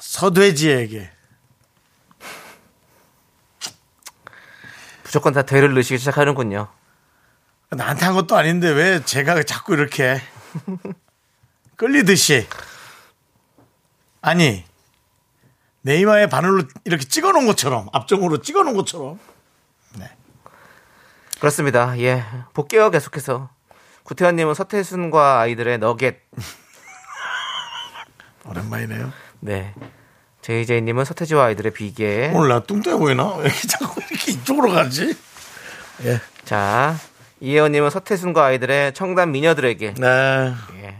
서돼지에게 무조건 다 대를 넣으시기 시작하는군요. 나한테 한 것도 아닌데 왜 제가 자꾸 이렇게 끌리듯이 아니 내 이마에 바늘로 이렇게 찍어놓은 것처럼 앞쪽으로 찍어놓은 것처럼 그렇습니다. 예. 볼게요, 계속해서. 구태환님은 서태순과 아이들의 너겟. 오랜만이네요 네. JJ님은 서태지와 아이들의 비계. 오늘 나 뚱뚱해 보이나 왜 이렇게 자꾸 이렇게 이쪽으로 가지 자. 이혜원님은 서태순과 아이들의 청담 미녀들에게. 네 예.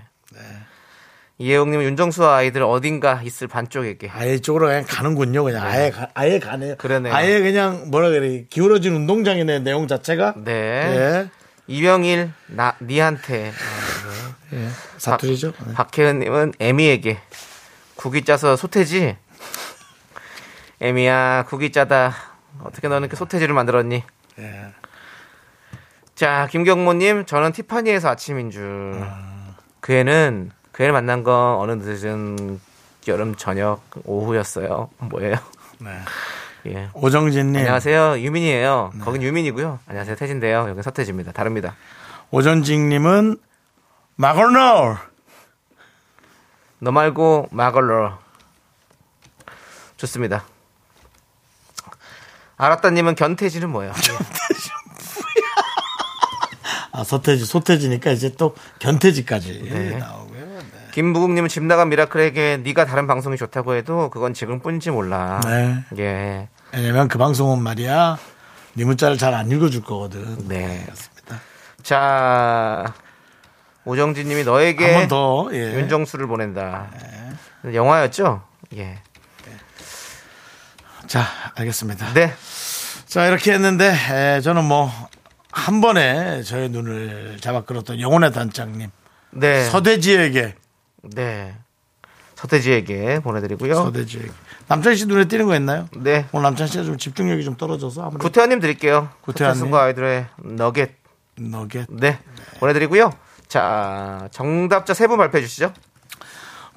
이혜영님 윤정수와 아이들 어딘가 있을 반쪽에게. 아예 이쪽으로 그냥 가는군요. 그냥 아예 가, 아예 가네요. 네. 그러네요. 아예 그냥 뭐라 그래 기울어진 운동장이네 내용 자체가. 네. 예. 이병일 나 니한테. 사투리죠. 아, 네. 박혜은님은 에미에게 국이 짜서 소태지. 에미야 국이 짜다. 어떻게 너는 그 소태지를 만들었니? 예. 자 김경모님 저는 티파니에서 아침인 줄. 그 애는 그 애를 만난 건 어느 늦은 여름 저녁 오후였어요. 뭐예요? 네. 예. 오정진님. 안녕하세요 유민이에요. 거긴 네. 유민이고요. 안녕하세요 태진데요. 여기 서태지입니다. 다릅니다. 오전직님은 마거너. 너 말고 마걸러 좋습니다 알았다님은 견태지는 뭐예요? 네. 아 서태지 소태지니까 이제 또 견태지까지 네. 나오고요. 김부국님은 집 나간 미라클에게 네가 다른 방송이 좋다고 해도 그건 지금뿐인지 몰라 네. 예. 왜냐면 그 방송은 말이야 네 문자를 잘 안 읽어줄 거거든. 네. 그렇습니다. 자 오정진님이 너에게 한 번 더 예. 네. 윤정수를 보낸다 영화였죠? 예. 자 알겠습니다. 네 자 이렇게 했는데 에, 저는 뭐 한 번에 저의 눈을 잡아 끌었던 영혼의 단장님 예. 네. 서대지에게 네. 서태지에게 보내드리고요 어? 서대지에게 남찬 씨 눈에 띄는 거 있나요? 네 오늘 남찬 씨가 좀 집중력이 좀 떨어져서 아무래도 구태환님 드릴게요. 구태환님. 구태환과 아이들의 너겟 너겟 네, 보내드리고요. 자 정답자 세 분 발표해 주시죠.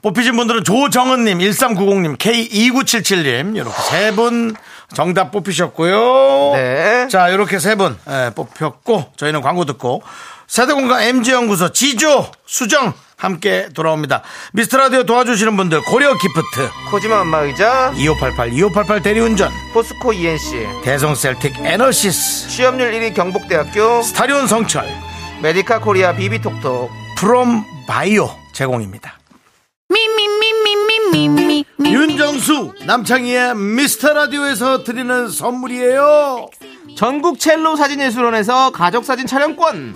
뽑히신 분들은 조정은님, 1390님, K2977님, 이렇게 세 분 정답 뽑히셨고요. 네. 자, 이렇게 세 분 예, 뽑혔고, 저희는 광고 듣고, 세대공간 MG연구소 지조, 수정, 함께 돌아옵니다. 미스터라디오 도와주시는 분들, 고려 기프트, 코지마 안마의자 2588, 2588 대리운전, 포스코 ENC 대성셀틱 에너시스, 취업률 1위 경북대학교 스타리온 성철, 메디카 코리아 비비톡톡 프롬 바이오 제공입니다. 윤정수 남창희의 미스터 라디오에서 드리는 선물이에요. 전국 첼로 사진예술원에서 가족사진 촬영권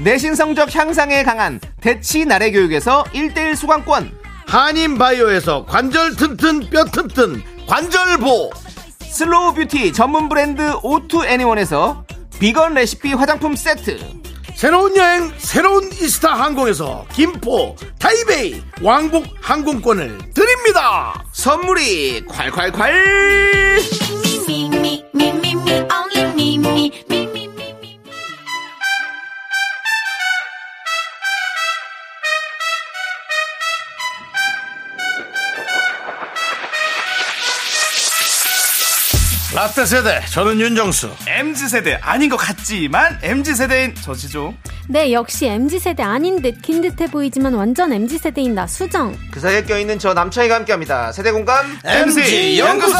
내신 성적 향상에 강한 대치 나래 교육에서 1대1 수강권 한인바이오에서 관절 튼튼 뼈 튼튼 관절보 슬로우 뷰티 전문 브랜드 오투 애니원에서 비건 레시피 화장품 세트 새로운 여행 새로운 이스타 항공에서 김포 타이베이 왕복 항공권을 드립니다 선물이 콸콸콸 라떼 세대 저는 윤정수 아, MZ세대 아닌 것 같지만 MZ세대인 저지죠. 네, 역시 MZ세대 아닌 듯 긴 듯해 보이지만 완전 MZ세대인 나 수정. 어, 그 사이에 껴있는 저 남창희가 함께합니다 세대공감 MG 연구소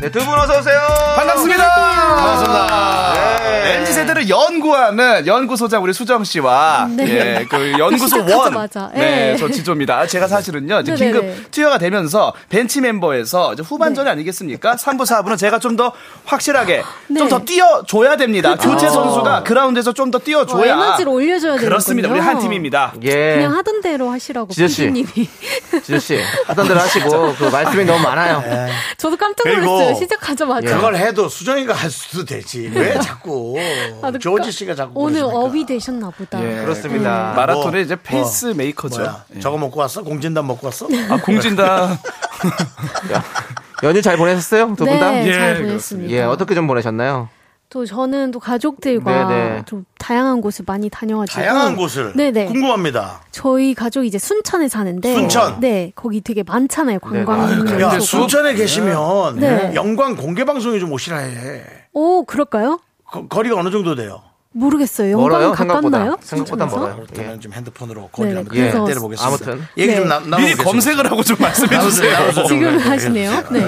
네, 두 분 어서오세요 반갑습니다. 네. MZ 세대를 연구하는 연구소장 우리 수정 씨와 네. 예, 그 연구소 원. 시작하자마자, 예. 네, 저 지조입니다. 아, 제가 사실은요. 이제 네네네. 긴급 투여가 되면서 벤치 멤버에서 이제 후반전이 아니겠습니까? 3부 4부는 제가 좀 더 확실하게 네. 좀 더 뛰어 줘야 됩니다. 교체 선수가 그라운드에서 좀 더 뛰어 어, 줘야. 에너지를 올려줘야 되는 그렇습니다. 우리 한 팀입니다. 예, 그냥 하던 대로 하시라고 지저 씨. PD님이. 지저씨 하던 대로 하시고 그 말씀이 너무 많아요 예. 저도 깜짝 그리고 놀랐어요. 시작하자마자. 그걸 해도 수정이가 할 수도 되지 왜 자꾸 네. 아, 근데 조지 씨가 자꾸 오늘 그러십니까? 업이 되셨나 보다. 네, 예. 음. 그렇습니다 마라톤의 이제 뭐, 페이스 메이커죠. 예. 뭐야 저거 먹고 왔어? 공진단 먹고 왔어? 네. 아, 공진다. 연휴 잘 보내셨어요 두 네, 분다 잘 그렇습니다. 보냈습니다. 예, 어떻게 좀 보내셨나요? 또 저는 또 가족들과 네네. 좀 다양한 곳을 많이 다녀가지고 다양한 곳을 음. 네네. 궁금합니다 저희 가족 이제 순천에 사는데 순천. 네 거기 되게 많잖아요 관광 야 요소가. 순천에 계시면 네. 영광 공개방송에 좀 오시라 해 오 그럴까요? 거, 거리가 어느 정도 돼요? 모르겠어요. 영광 멀어요 가깝나요? 생각보다 생각보다 신청해서? 예. 멀어요. 예. 그렇다면 좀 핸드폰으로 네, 거기를 그래서- 한번 때려보겠습니다. 아무튼. 얘기 좀 네. 나, 나눠 미리 검색을 하고 좀 말씀해 주세요. 지금 예. 아, 하시네요. 네.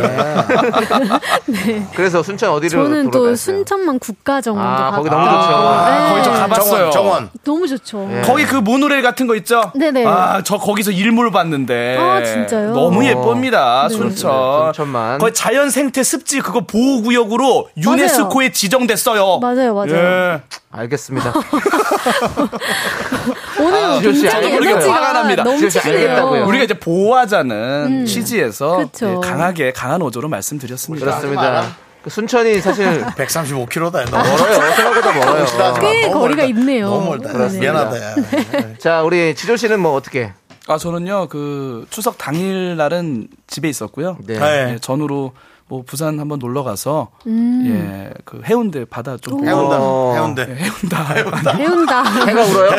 네. 그래서 순천 어디로 저는 또 돌아가세요? 순천만 국가정원도 아, 가고 거기 너무 좋죠. 네. 아, 거의 저 가봤어요. 정원, 정원. 너무 좋죠. 네. 예. 거기 그 모노레일 같은 거 있죠? 네네. 아, 저 거기서 일몰 봤는데. 아, 진짜요? 어. 너무 예쁩니다, 네. 순천. 순천만. 거의 자연 생태 습지 그거 보호구역으로 유네스코에 지정됐어요. 맞아요, 맞아요. 예. 아, 알겠습니다. 오늘 지효 씨, 굉장히 알고 보니까 에너지가 화가 납니다. 지효 씨, 알겠다고요. 넘치시네요. 우리가 이제 보호하자는 어, 취지에서 어. 음. 그쵸. 예, 강하게 강한 어조로 말씀드렸습니다. 그렇습니다. 그 순천이 사실 135km다. 멀어요. 생각보다 멀어요. 꽤 아, 거리가 있네요. 너무 멀다. 네. 미안하다. 자, 우리 지조 씨는 뭐 어떻게? 아 저는요 그 추석 당일 날은 집에 있었고요. 네. 네. 예, 전후로 뭐 부산 한번 놀러 가서 음. 예 그 해운대 바다 좀 보고 해운다. 어. 예, 해운대. 해운다 해운다 배운다. 해가 울어요?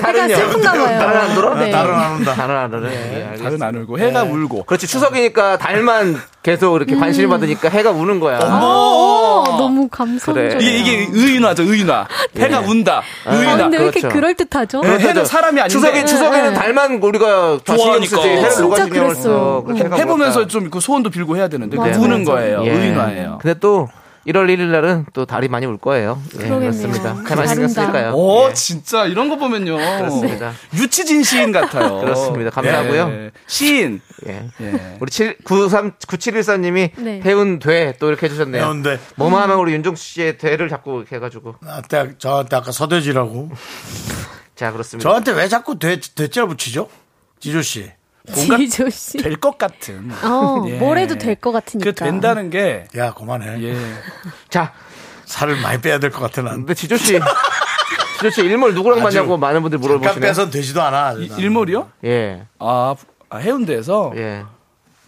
해가 슬픈가 봐요. 다른 안 돌아? 네. 나는 안 온다. 네. 다른 네, 안 울어요? 달은 안 울고 해가 울고 그렇지 추석이니까 달만 계속 이렇게 음. 관심을 받으니까 해가 우는 거야. 아, 어, 너무 감성적이야. 그래. 이게 이게 의인화죠 의인화 해가 운다 아, 의인화 근데 왜 이렇게 그렇죠. 그럴듯하죠 예, 해는 사람이 아닌데 추석에 추석에는 달만 우리가 다 신경 쓰지. 좋아하니까. 해를 누가 네. 진짜 신경을 써? 그랬어요. 그렇게 해가 해보면서 울었다. 좀 그 소원도 빌고 해야 되는데 맞아요. 우는 맞아요. 거예요 예. 의인화예요. 근데 또 1월 1일 날은 또 달이 많이 울 거예요. 예, 그러겠네요. 그렇습니다. 해만 신경 다른다. 쓰니까요. 오 예. 진짜 이런 거 보면요 그렇습니다. 유치진 시인 같아요. 그렇습니다. 감사하고요. 예. 시인 예. 예. 우리 7, 93, 9714님이 네. 해운 돼. 또 이렇게 해주셨네요. 해운대. 뭐만 하면 우리 윤종 씨의 돼를 자꾸 이렇게 해가지고. 나한테, 저한테 아까 서대지라고. 자, 그렇습니다. 저한테 왜 자꾸 되, 대자 붙이죠? 지조씨. 지조 씨. 될 것 같은 어, 예. 뭘 해도 될 것 같으니까. 그 된다는 게 야, 그만해. 예. 자, 살을 많이 빼야 될 것 같아, 난. 근데 지조 씨. 지조 씨 일몰 누구랑 아주 만나고 많은 분들 잠깐 물어보시네요. 빼선 되지도 않아. 아주 나는. 일몰이요? 예. 아, 부- 아, 해운대에서 예.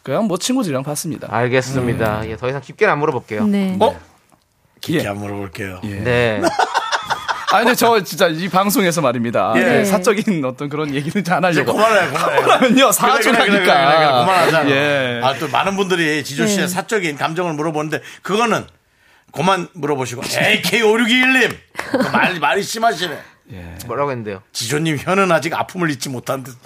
그냥 뭐 친구들이랑 봤습니다. 알겠습니다. 예, 더 이상 깊게는 안 물어볼게요. 네. 네. 어? 이렇게 예. 안 물어볼게요. 아 근데 저 진짜 이 방송에서 말입니다. 네. 예. 예, 사적인 어떤 그런 얘기는 잘안 이제 하려고. 그만해, 그만해. 그러면요 그래, 그래, 그래, 그래, 그래, 그래, 사주라니까. 그만하자. 예. 아, 또 많은 분들이 지조 씨의 네. 사적인 감정을 물어보는데, 그거는 그만 물어보시고, AK5621님! 그 말, 말이 심하시네. 뭐라고 했는데요? 지조님 혀는 아직 아픔을 잊지 못한 듯.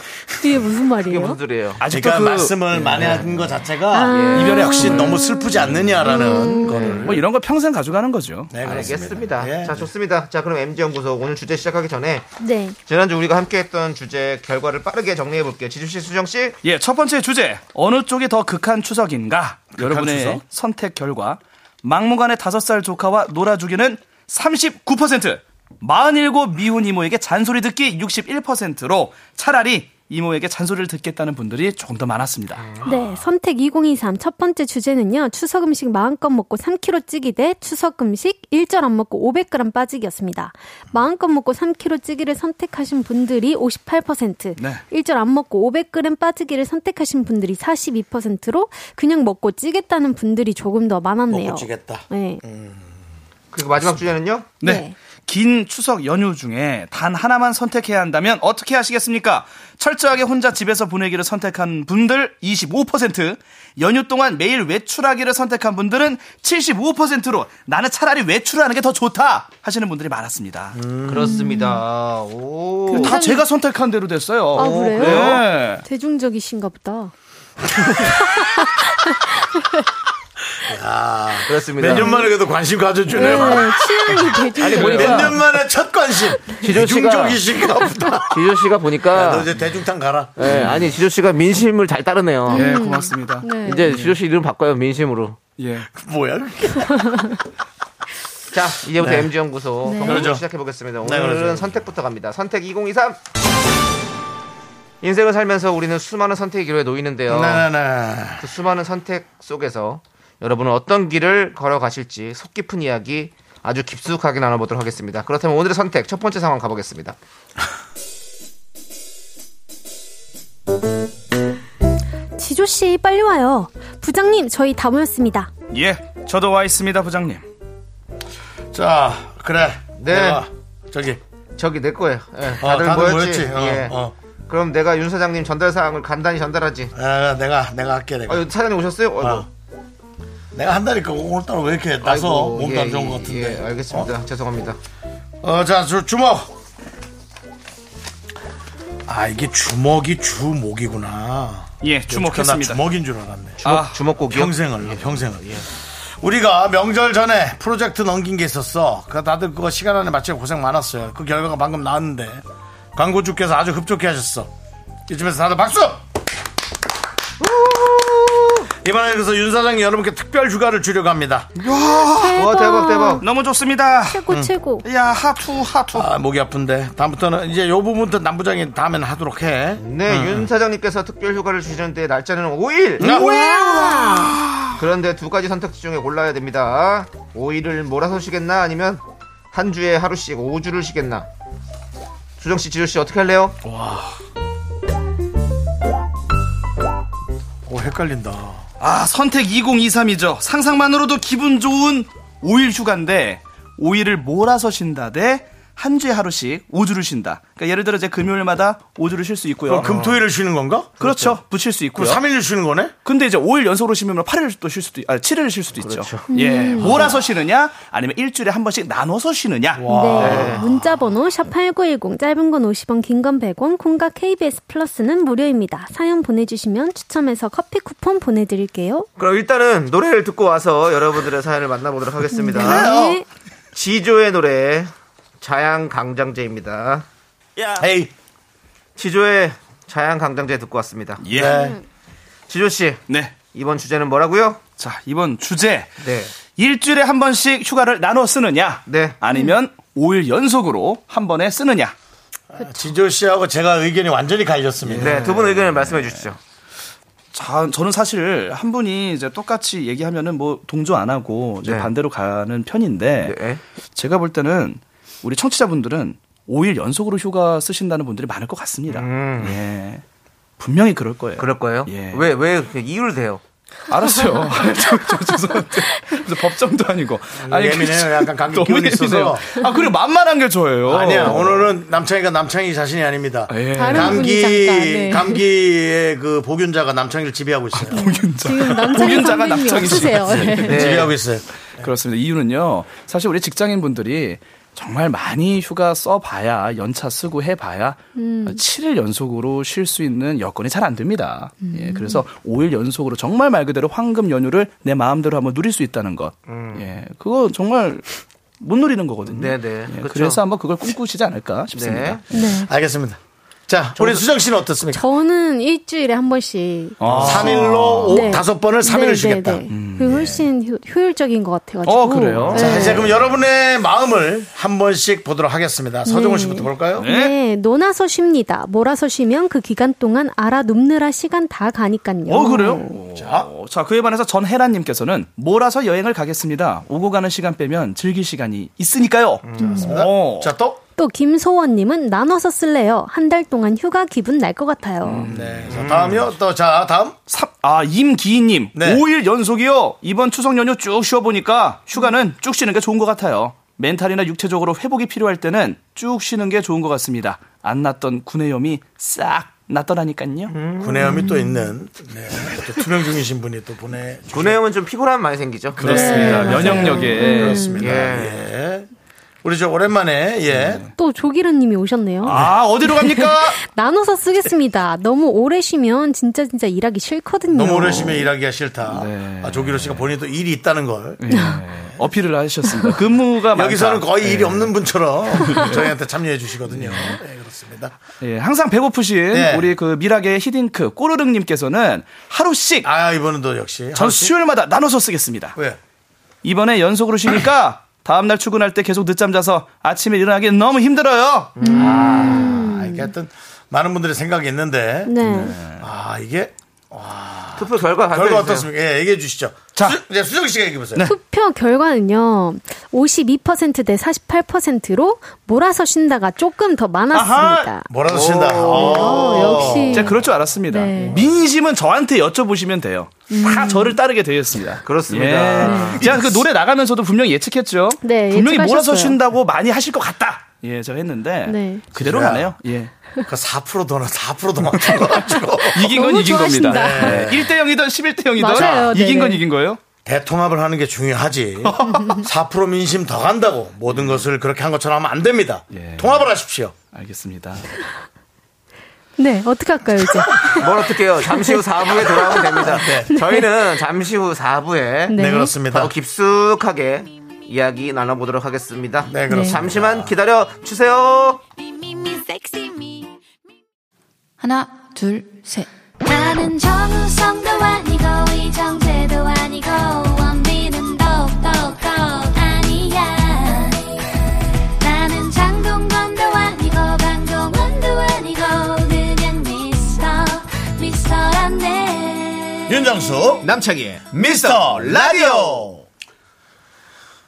이게 무슨 이게 말이에요? 무슨 소리예요? 아직도 그러니까 그 말씀을 많이 한 것 자체가 아. 이별에 역시 너무 슬프지 않느냐라는 거를. 뭐 이런 거 평생 가져가는 거죠. 네, 그렇습니다. 알겠습니다. 예. 자, 좋습니다. 자, 그럼 MG 연구소 오늘 주제 시작하기 전에 네. 지난주 우리가 함께했던 주제 결과를 빠르게 정리해 볼게요. 지주 씨, 수정 씨. 예, 첫 번째 주제. 어느 쪽이 더 극한 추석인가? 여러분의 추석? 선택 결과. 막무가내 다섯 살 조카와 놀아주기는 39%, 47 미혼 이모에게 잔소리 듣기 61%로 차라리 이모에게 잔소리를 듣겠다는 분들이 조금 더 많았습니다. 네, 선택 2023 첫 번째 주제는요. 추석 음식 마음껏 먹고 3kg 찌기 대 추석 음식 일절안 먹고 500g 빠지기였습니다. 마음껏 먹고 3kg 찌기를 선택하신 분들이 58%, 네. 일절안 먹고 500g 빠지기를 선택하신 분들이 42%로 그냥 먹고 찌겠다는 분들이 조금 더 많았네요. 먹고 찌겠다. 네. 그리고 마지막 주제는요? 네. 네. 긴 추석 연휴 중에 단 하나만 선택해야 한다면 어떻게 하시겠습니까? 철저하게 혼자 집에서 보내기를 선택한 분들 25%, 연휴 동안 매일 외출하기를 선택한 분들은 75%로 나는 차라리 외출하는 게 더 좋다 하시는 분들이 많았습니다. 그렇습니다. 오. 다 제가 음. 선택한 대로 됐어요. 아, 그래요? 네. 대중적이신가 보다. 그렇습니다. 몇 년 만에 그래도 관심 가져주네요. 아. 취향이 대중적. 몇 년 만에 첫 관심. 지조 씨가- 대중적이신가 보다. 지조 씨가 너 보니까 이제 대중탕 가라. 예, 아니 지조 씨가 민심을 잘 따르네요. 예, 고맙습니다. 네. 아, 이제 지조 씨 이름 바꿔요 민심으로. 예. 뭐야? 그게? 자 이제부터 MG 연구소 네. 경로 그러죠. 시작해 보겠습니다. 네, 오늘은 그러죠. 선택부터 갑니다. 선택 2023. 인생을 살면서 우리는 수많은 선택의 기로에 어. 놓이는데요. 네. 나나나. 그 수많은 선택 속에서 여러분은 어떤 길을 걸어가실지 속 깊은 이야기 아주 깊숙하게 나눠보도록 하겠습니다. 그렇다면 오늘의 선택 첫 번째 상황 가보겠습니다. 지조 씨 빨리 와요. 부장님 저희 다 모였습니다. 예. 저도 와 있습니다, 부장님. 자, 그래. 네. 내가 저기. 저기 내 거예요. 예, 어, 다들, 다들 모였지. 모였지. 어, 예. 어. 그럼 내가 윤 사장님 전달 사항을 간단히 전달하지. 아, 내가 내가 할게 내가. 어, 사장님 오셨어요? 어, 어. 예, 내가 한다니까 오늘따라 왜 이렇게 나서 몸도 안 좋은 것 같은데. 알겠습니다. 죄송합니다. 어? 어, 자, 주, 주먹. 아, 이게 주먹이 주목이구나. 예, 나 주목했습니다. 주먹인 줄 알았네. 아, 주먹고기요? 예, 평생을, 평생을. 우리가 명절 전에 프로젝트 넘긴 게 있었어. 그 다들 그거 시간 안에 마치고 고생 많았어요. 그 결과가 방금 나왔는데 광고주께서 아주 흡족해 하셨어. 이쯤에서 다들 박수! 이번에 그래서 윤 사장이 여러분께 특별 휴가를 주려고 합니다. 와 어, 대박 대박. 너무 좋습니다. 최고 최고. 야, 하투, 하투. 아, 목이 아픈데. 다음부터는 이제 요 부분부터 남부장이 다음엔 하도록 해. 네, 윤 사장님께서 특별 휴가를 주시는데 날짜는 5일. 그런데 두 가지 선택지 중에 골라야 됩니다. 5일을 몰아서 쉬겠나 아니면 한 주에 하루씩 5주를 쉬겠나. 수정 씨, 지조 씨 어떻게 할래요? 오, 헷갈린다. 아, 선택 2023이죠. 상상만으로도 기분 좋은 5일 휴가인데 5일을 몰아서 쉰다 대 한 주에 하루씩 5주를 쉰다. 그러니까 예를 들어 이제 금요일마다 5주를 쉴 수 있고요. 그럼 금토일을 쉬는 건가? 그렇죠. 붙일 수 그럼 있고요. 3일을 쉬는 거네? 근데 이제 5일 연속으로 쉬면 8일 또 쉴 수도 아 7일 쉴 수도 있죠. 예. 몰아서 쉬느냐 아니면 일주일에 한 번씩 나눠서 쉬느냐. 네. 문자 번호 샵8910 짧은 건 50원, 긴 건 100원, 콩과 KBS 플러스는 무료입니다. 사연 보내 주시면 추첨해서 커피 쿠폰 보내 드릴게요. 그럼 일단은 노래를 듣고 와서 여러분들의 사연을 만나보도록 하겠습니다. 네. 지조의 노래 자양강장제입니다. 에이. 지조의 자양강장제 듣고 왔습니다. 네. 예. 지조 씨 네. 이번 주제는 뭐라고요? 자, 이번 주제. 네. 일주일에 한 번씩 휴가를 나눠 쓰느냐? 네. 아니면 5일 연속으로 한 번에 쓰느냐? 지조 씨하고 제가 의견이 완전히 갈렸습니다. 예. 네, 두 분 의견을 말씀해 주시죠. 자, 저는 사실 한 분이 이제 똑같이 얘기하면은 뭐 동조 안 하고 이제 네. 반대로 가는 편인데 네. 제가 볼 때는 우리 청취자분들은 5일 연속으로 휴가 쓰신다는 분들이 많을 것 같습니다. 음. 예. 분명히 그럴 거예요. 그럴 거예요? 예. 왜, 왜 그렇게 이유를 대요? 알았어요. 저, 저 죄송한데 무슨 법정도 아니고. 예민해요. 약간 감기 너무 기운이 있어서. 예민해요. 아 그리고 만만한 게 저예요. 어. 아니야. 오늘은 남창이가 남창이 자신이 아닙니다. 예. 다른 분이 감기, 잠깐. 네. 감기의 그 보균자가 남창이를 지배하고 아, 있어요. 지금 남창희 공연자가 선배님이 남창희 씨. 없으세요. 예. 네. 지배하고 네. 있어요. 그렇습니다. 이유는요. 어, 사실 우리 직장인분들이 정말 많이 휴가 써봐야 연차 쓰고 해봐야 음. 7일 연속으로 쉴 수 있는 여건이 잘 안 됩니다. 음. 예, 그래서 5일 연속으로 정말 말 그대로 황금 연휴를 내 마음대로 한번 누릴 수 있다는 것. 음. 예, 그거 정말 못 누리는 거거든요. 네네. 예, 그쵸. 그래서 한번 그걸 꿈꾸시지 않을까 싶습니다. 네. 알겠습니다. 자, 우리 수정 씨는 어떻습니까? 저는 일주일에 한 번씩 아. 3일로 네. 다섯 번을 3일을 네, 쉬겠다. 네, 네. 그게 훨씬 효- 효율적인 것 같아가지고. 음, 어, 그래요? 네. 자, 이제 그럼 여러분의 마음을 한 번씩 보도록 하겠습니다. 서정훈 씨부터 볼까요? 네, 노나서 쉽니다. 몰아서 쉬면 그 기간 동안 알아눕느라 시간 다 가니까요. 어 그래요? 자, 자 그에 반해서 전혜란님께서는 몰아서 여행을 가겠습니다. 오고 가는 시간 빼면 즐길 시간이 있으니까요. 어. 자, 또? 또 김소원님은 나눠서 쓸래요. 한 달 동안 휴가 기분 날 것 같아요. 음. 네. 자, 다음이요. 또, 자, 다음. 삽- 아, 임기희님. 네. 5일 연속이요. 이번 추석 연휴 쭉 쉬어보니까 휴가는 쭉 쉬는 게 좋은 것 같아요. 멘탈이나 육체적으로 회복이 필요할 때는 쭉 쉬는 게 좋은 것 같습니다. 안 났던 구내염이 싹 났더라니까요. 구내염이 또 있는, 네. 또 투명 중이신 분이 또 보내. 구내염은 좀 피곤함 많이 생기죠? 네. 그렇습니다. 면역력에. 네. 그렇습니다. 예. 우리 저 오랜만에, 예. 네. 또 조기련님이 오셨네요. 아, 어디로 갑니까? 나눠서 쓰겠습니다. 너무 오래 쉬면 진짜 진짜 일하기 싫거든요. 너무 오래 쉬면 일하기가 싫다. 네. 아, 조기로 씨가 본인이 또 일이 있다는 걸. 어필을 하셨습니다. 근무가 많다. 예. 여기서는 거의 일이 없는 분처럼 저희한테 참여해 주시거든요. 네, 그렇습니다. 예, 항상 배고프신 네. 우리 그 미락의 히딩크 꼬르릉님께서는 하루씩 아, 이번은 또 역시. 전 하루씩? 수요일마다 나눠서 쓰겠습니다. 왜? 이번에 연속으로 쉬니까 다음날 출근할 때 계속 늦잠 자서 아침에 일어나기 너무 힘들어요. 아, 이게 하여튼 많은 분들의 생각이 있는데. 네. 아, 이게 투표 결과 발표해 결과 주세요. 어떻습니까? 예, 얘기해 주시죠. 자. 수, 네, 수정 씨가 얘기해 보세요. 투표 결과는요. 52%대 48%로 몰아서 쉰다가 조금 더 많았습니다. 뭐라도 신다. 어, 역시 제가 그럴 줄 알았습니다. 네. 민심은 저한테 여쭤보시면 돼요. 다 음. 저를 따르게 되겠습니다. 그렇습니다. 예. 제가 그 노래 나가면서도 분명히 예측했죠. 네, 분명히 몰아서 예측하셨어요. 쉰다고 많이 하실 것 같다. 예, 제가 했는데 네. 그대로 가네요. 예. 그4%더 나, 4%더 맞춘 것 같고. 이긴 건 어, 너무 이긴 좋아하신다. 겁니다. 네. 1대 0이든 11대 0이든 맞아요. 이긴 네네. 건 이긴 거예요. 대통합을 하는 게 중요하지. 4% 민심 더 간다고 모든 것을 그렇게 한 것처럼 하면 안 됩니다. 예. 통합을 하십시오. 알겠습니다. 네, 어떻게 할까요, 이제? 뭘 어떻게요? 잠시 후 4부에 돌아오면 됩니다. 네. 저희는 잠시 후 4부에 네, 네. 그렇습니다. 더 깊숙하게 이야기 나눠보도록 하겠습니다. 네, 그렇습니다. 잠시만 기다려 주세요. 하나, 둘, 셋. 나는 정우성도 아니고 이정재도 아니고 원빈은 더욱더 아니야 나는 장동건도 아니고 방종원도 아니고 그냥 미스터 미스터란데 윤정수 남창희의 미스터 라디오.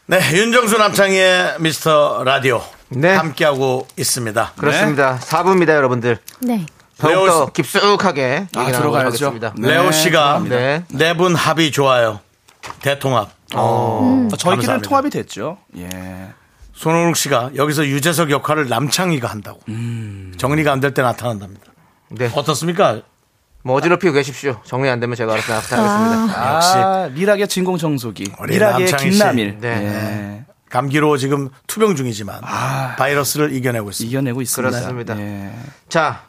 네, 윤정수 남창의 미스터 라디오 네. 함께하고 있습니다. 그렇습니다. 네. 4부입니다, 여러분들. 네. 더욱더 레오- 깊숙하게 얘기 나눠보도록 아, 들어가야죠. 하겠습니다. 네, 레오 씨가 네. 네 분 합이 좋아요. 대통합. 저희끼리는 어. 음. 아, 감사합니다. 통합이 됐죠. 예. 손호룩 씨가 여기서 유재석 역할을 남창희가 한다고. 정리가 안 될 때 나타난답니다. 네. 어떻습니까? 뭐 어지럽히고 계십시오. 정리 안 되면 제가 알아서 나타나겠습니다. 역시. 아, 미락의 진공 정소기. 우리 미락의 남창희 씨. 김남일. 네. 예. 감기로 지금 투병 중이지만 바이러스를 이겨내고 있습니다. 이겨내고 있습니다. 그렇습니다. 예. 자,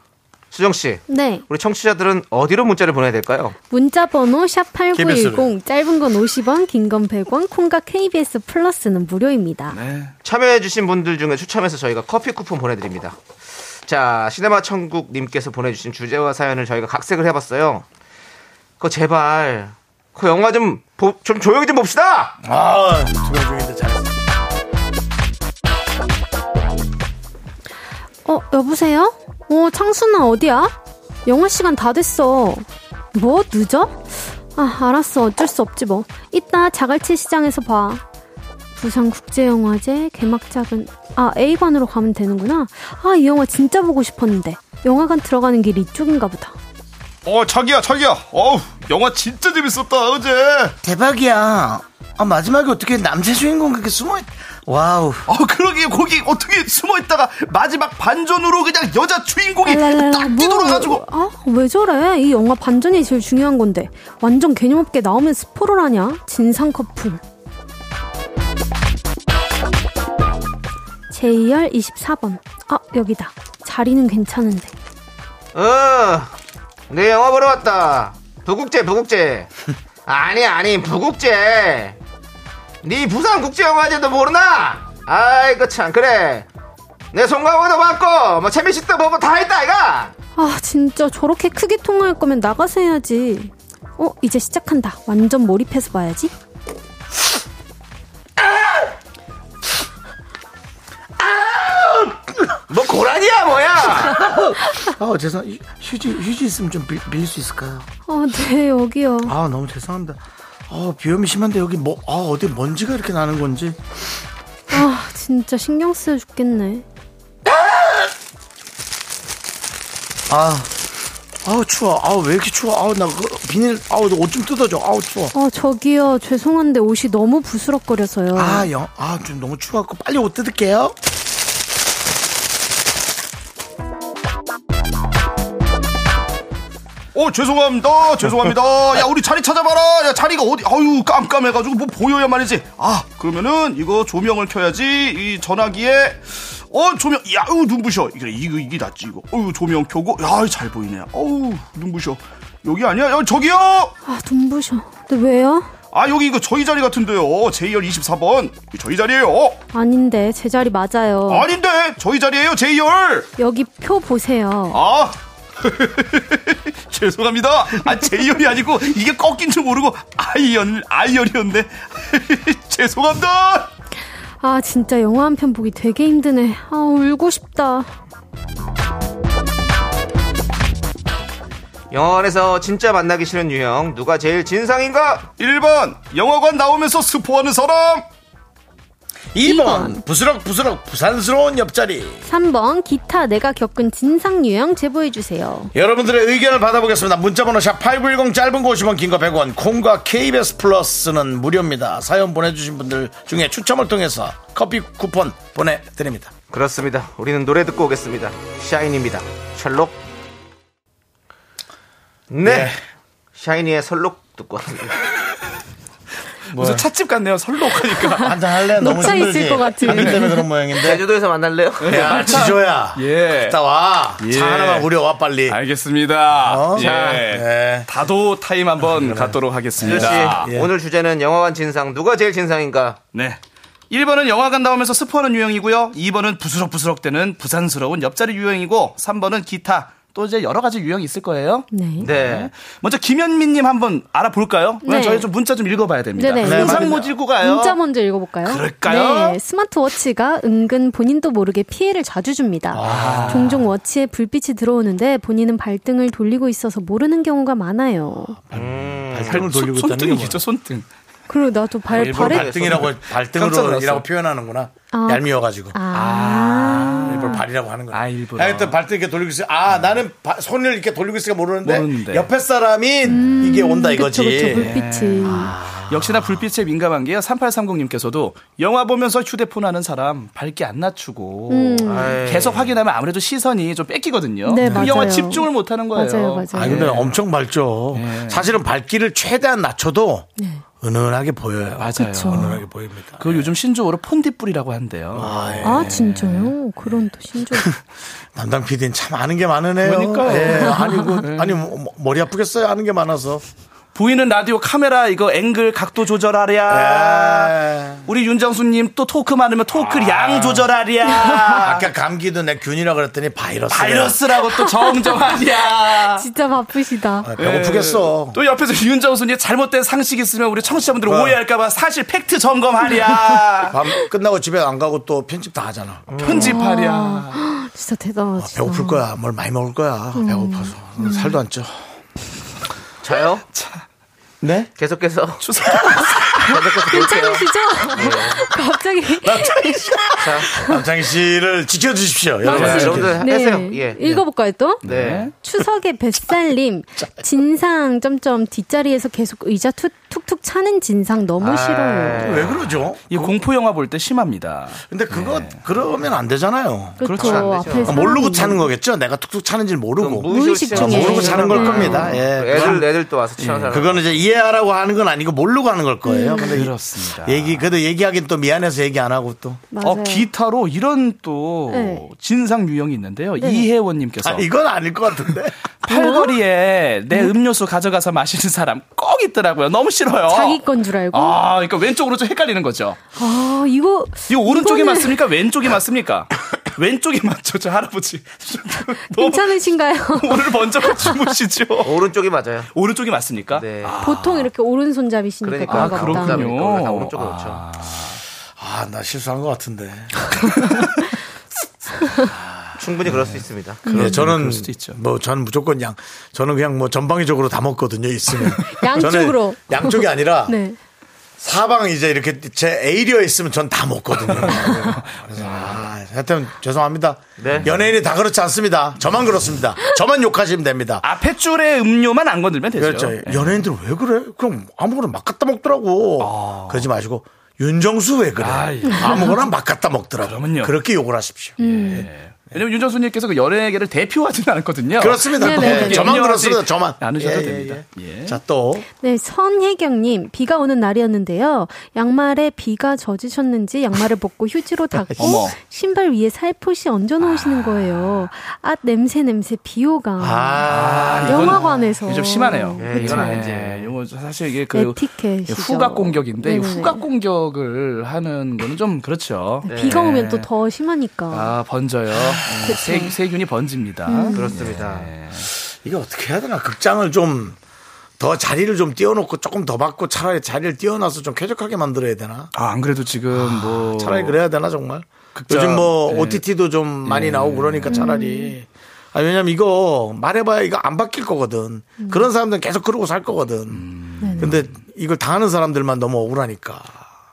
수정씨. 네. 우리 청취자들은 어디로 문자를 보내야 될까요? 문자 번호 샵8910 KBS. 짧은 건 50원, 긴 건 100원, 콩과 KBS 플러스는 무료입니다. 참여해주신 분들 중에 추첨해서 저희가 커피 쿠폰 보내드립니다. 자, 시네마 천국님께서 보내주신 주제와 사연을 저희가 각색을 해봤어요. 그거 제발, 그 영화 좀, 보- 좀 조용히 좀 봅시다! 아, 투병 중인데 잘했습니다. 어, 여보세요? 어, 창순아 어디야? 영어 시간 다 됐어. 뭐 늦어? 아, 알았어. 어쩔 수 없지 뭐. 이따 자갈치 시장에서 봐. 부산국제영화제 개막작은 아 A관으로 가면 되는구나. 아 이 영화 진짜 보고 싶었는데 영화관 들어가는 길이 이쪽인가 보다. 어, 자기야, 자기야. 어우, 영화 진짜 재밌었다, 어제. 대박이야. 아, 마지막에 어떻게 남자 주인공 그렇게 숨어 있... 와우. 어, 그러게, 거기 어떻게 숨어있다가 마지막 반전으로 그냥 여자 주인공이 딱 뛰돌아가지고. 뭐, 아왜 저래? 이 영화 반전이 제일 중요한 건데 완전 개념 없게 나오면 스포를 하냐? 진상 커플. 제이열 24번. 아 여기다. 자리는 괜찮은데. 어, 내 영화 보러 왔다. 부국제, 부국제. 아니, 아니, 부국제. 네 부산국제영화제도 모르나? 아이고, 참, 그래. 내 송강호도 봤고, 뭐, 채미식도 보고 다 했다, 아이가! 아 진짜 저렇게 크게 통화할 거면 나가서 해야지. 어 이제 시작한다. 완전 몰입해서 봐야지. 뭐, 고라니야, 뭐야! 아, 죄송. 휴지 휴지 있으면 좀 빌, 빌릴 수 있을까요? 아 네 여기요. 아, 너무 죄송합니다. 어, 비염이 심한데 여기 뭐 아, 어디 먼지가 이렇게 나는 건지. 아 진짜 신경 쓰여 죽겠네. 아. 아우 추워. 아우 왜 이렇게 추워. 아우 나 그, 비닐 아우 옷 좀 뜯어줘. 아우 추워. 아 저기요 죄송한데 옷이 너무 부스럭거려서요. 아, 영. 아, 좀 너무 추워갖고 빨리 옷 뜯을게요. 어, 죄송합니다. 죄송합니다. 야, 우리 자리 찾아봐라. 야, 자리가 어디, 아유, 깜깜해가지고 뭐 보여야 말이지. 아, 그러면은 이거 조명을 켜야지. 이 전화기에. 어, 조명. 야, 우 눈부셔. 이거, 이거, 이게 낫지, 이거. 어유, 조명 켜고. 야, 잘 보이네. 어우, 눈부셔. 여기 아니야? 야, 저기요! 아 눈부셔. 근데 왜요? 아, 여기 이거 저희 자리 같은데요. JR 24번. 저희 자리예요 아닌데 제 자리 맞아요. 아닌데! 저희 자리예요 JR! 여기 표 보세요. 아! 죄송합니다. 아, 제이열이 아니고, 이게 꺾인 줄 모르고, 아이열, 아이열이었네. 죄송합니다! 아 진짜 영화 한 편 보기 되게 힘드네. 아 울고 싶다. 영화관에서 진짜 만나기 싫은 유형 누가 제일 진상인가? 1번, 영화관 나오면서 스포하는 사람! 2번 부스럭부스럭 부산스러운 옆자리 3번 기타 내가 겪은 진상 유형 제보해 주세요. 여러분들의 의견을 받아보겠습니다 문자번호 샵8910 짧은 거 50원 긴 거 100원 콩과 KBS 플러스는 무료입니다 사연 보내주신 분들 중에 추첨을 통해서 커피 쿠폰 보내드립니다 그렇습니다. 우리는 노래 듣고 오겠습니다. 샤인입니다. 셜록. 네. 샤이니의 설록 듣고 왔습니다. 무슨 찻집 같네요. 설록 하니까. 한잔 할래? 너무 녹차 힘들지. 있을 것 같은. 안 때문에 그런 모양인데. 제주도에서 만날래요? 야, 지조야. 예. 갔다 와. 예. 차 하나만 우려와, 빨리. 알겠습니다. 어? 자, 예. 다도 타임 한번 갖도록 역시 하겠습니다. 예. 오늘 주제는 영화관 진상 누가 제일 진상인가? 네. 1번은 영화관 나오면서 스포하는 유형이고요. 2번은 부스럭부스럭 되는 부산스러운 옆자리 유형이고 3번은 기타. 또 이제 여러 가지 유형이 있을 거예요. 네. 네. 먼저 김현민 님 한번 알아볼까요? 네. 네. 저희 좀 문자 좀 읽어 봐야 됩니다. 네네. 항상 모지고 가요. 문자 먼저 읽어볼까요? 그럴까요? 네, 스마트워치가 은근 본인도 모르게 피해를 자주 줍니다. 종종 워치에 불빛이 들어오는데 본인은 발등을 돌리고 있어서 모르는 경우가 많아요. 발등을 돌리고 손, 있다는 게 손등이겠죠, 손등. 그리고 나도 발, 음. 일부러 발에. 발등이라고 깜짝 놀랐어. 발등으로라고 표현하는구나. 아. 얄미워가지고 아. 일부러 발이라고 하는 거야. 아, 일부러. 하여튼 발등 이렇게 돌리고 있어. 아 나는 바- 손을 이렇게 돌리고 있으니까 모르는데, 모르는데. 옆에 사람이 이게 온다 이거지. 음. 아, 그쵸, 그쵸, 불빛이. 역시나 불빛에 민감한 게요. 3830님께서도 영화 보면서 휴대폰 하는 사람 밝게 안 낮추고 네. 아이. 계속 확인하면 아무래도 시선이 좀 뺏기거든요. 음. 네, 그 맞아요. 영화 집중을 못 하는 거예요. 맞아요, 맞아요. 아 근데 엄청 밝죠. 사실은 밝기를 최대한 낮춰도 네. 은은하게 보여요. 맞아요. 그렇죠. 은은하게 보입니다. 그 요즘 신조어로 폰디뿔이라고 한대요. 아, 진짜요? 그런 또 신조. 담당 PD는 참 아는 게 많으네요. 그러니까요. 예, 아니고 아니 뭐, 뭐, 머리 아프겠어요. 아는 게 많아서. 보이는 라디오 카메라 이거 앵글 각도 아. 조절하랴. 예. 우리 윤정수님 또 토크 많으면 토크 아. 양 조절하랴. 아까 감기도 내 균이라 그랬더니 바이러스. 바이러스라고 또 아. 정정하랴. 진짜 바쁘시다. 아. 배고프겠어. 또 옆에서 윤정수님 잘못된 상식 있으면 우리 청취자분들 네. 오해할까봐 사실 팩트 점검하랴. 밤 끝나고 집에 안 가고 또 편집 다 하잖아. 편집하랴. 진짜 아, 대단하시다. 배고플 거야. 뭘 많이 먹을 거야. 배고파서. 살도 안 쪄. 저요? 네? 계속해서 추석. 계속해서 볼게요. 괜찮으시죠? 갑자기. 남창희 씨를 지켜주십시오. 여러분. 네, 지켜주십시오. 여러분들 하세요. 예. 읽어볼까요, 또? 네. 추석에 뱃살님 진상 점점 뒷자리에서 계속 의자 투- 툭툭 차는 진상 아, 너무 싫어요. 네. 왜 그러죠? 이 공포 영화 볼 때 심합니다. 근데 그거 그러면 안 되잖아요. 그렇죠. 안 되죠. 앞에 아, 사람이. 모르고 차는 거겠죠. 내가 툭툭 차는지 모르고 무의식 아, 중에. 모르고 차는 걸 네. 겁니다. 예. 애들 애들 또 와서 치는 사람. 그거는 이제 이해하라고 하는 건 아니고 모르고 하는 걸 거예요. 근데 이- 그렇습니다. 얘기 그래도 얘기하긴 또 미안해서 얘기 안 하고 또. 음, 맞아요. 어, 기타로 이런 또 네. 진상 유형이 있는데요. 이혜원님께서 그렇죠. 아, 이건 아닐 것 같은데. 팔거리에 내 음료수 가져가서 마시는 사람 꼭 있더라고요. 너무 싫어요. 자기 건 줄 알고. 아, 아, 그러니까 왼쪽으로 좀 헷갈리는 거죠. 이거 이거 오른쪽에 이거는 맞습니까? 왼쪽에 맞습니까? 왼쪽에 맞죠, 저 할아버지. 너무 괜찮으신가요? 오늘 먼저 주무시죠. 오른쪽이 맞아요. 오른쪽이 맞습니까? 네. 아, 보통 이렇게 오른손잡이시니까 그러니까 그런가 아, 그렇군요. 보다. 그러니까 다 오른쪽으로 그렇죠. 아, 나 실수한 것 같은데. 충분히 그럴 수 있습니다. 예, 저는 그럴 수도 있죠. 뭐 저는 무조건 양 저는 그냥 뭐 전방위적으로 다 먹거든요 있으면 양쪽으로. 저는 양쪽이 아니라 네. 사방 이제 이렇게 제 에이리어에 있으면 전 다 먹거든요 그래서 아, 하여튼 죄송합니다 네. 연예인이 다 그렇지 않습니다 저만 그렇습니다 저만 욕하시면 됩니다 앞에 줄에 아, 음료만 안 건들면 되죠. 그렇죠 연예인들 왜 그래 그럼 아무거나 막 갖다 먹더라고 그러지 마시고 윤정수 왜 그래 아, 예. 아무거나 막 갖다 먹더라고 그러면요. 그렇게 욕을 하십시오 음. 왜냐면 윤정수님께서 그 연예계를 대표하진 않았거든요. 그렇습니다 네, 네, 예, 네. 저만 염려하지 그렇습니다 저만 않으셔도 예, 예, 됩니다. 예. 예. 자또 네, 선혜경님 비가 오는 날이었는데요. 양말에 비가 젖으셨는지 양말을 벗고 휴지로 닦고 어머. 신발 위에 살포시 얹어놓으시는 거예요. 아 냄새 냄새 비호가 아, 영화관에서 이게 좀 심하네요. 예, 이건 아니지. 예, 이거 사실 이게 그 에티켓이죠. 후각 공격인데 이 네네. 후각 공격을 하는 거는 좀 그렇죠. 비가 오면 또 더 심하니까. 아 번져요. 예, 세, 세균이 번집니다. 음. 그렇습니다. 네. 이게 어떻게 해야 되나 극장을 좀 더 자리를 좀 띄워놓고 조금 더 받고 차라리 자리를 띄워놔서 좀 쾌적하게 만들어야 되나 아 안 그래도 지금 뭐 차라리 그래야 되나 정말 극장, 요즘 뭐 예. OTT도 좀 많이 나오고 그러니까 차라리 아 왜냐면 이거 말해봐야 이거 안 바뀔 거거든 음. 그런 사람들은 계속 그러고 살 거거든 음. 근데 이걸 당하는 사람들만 너무 억울하니까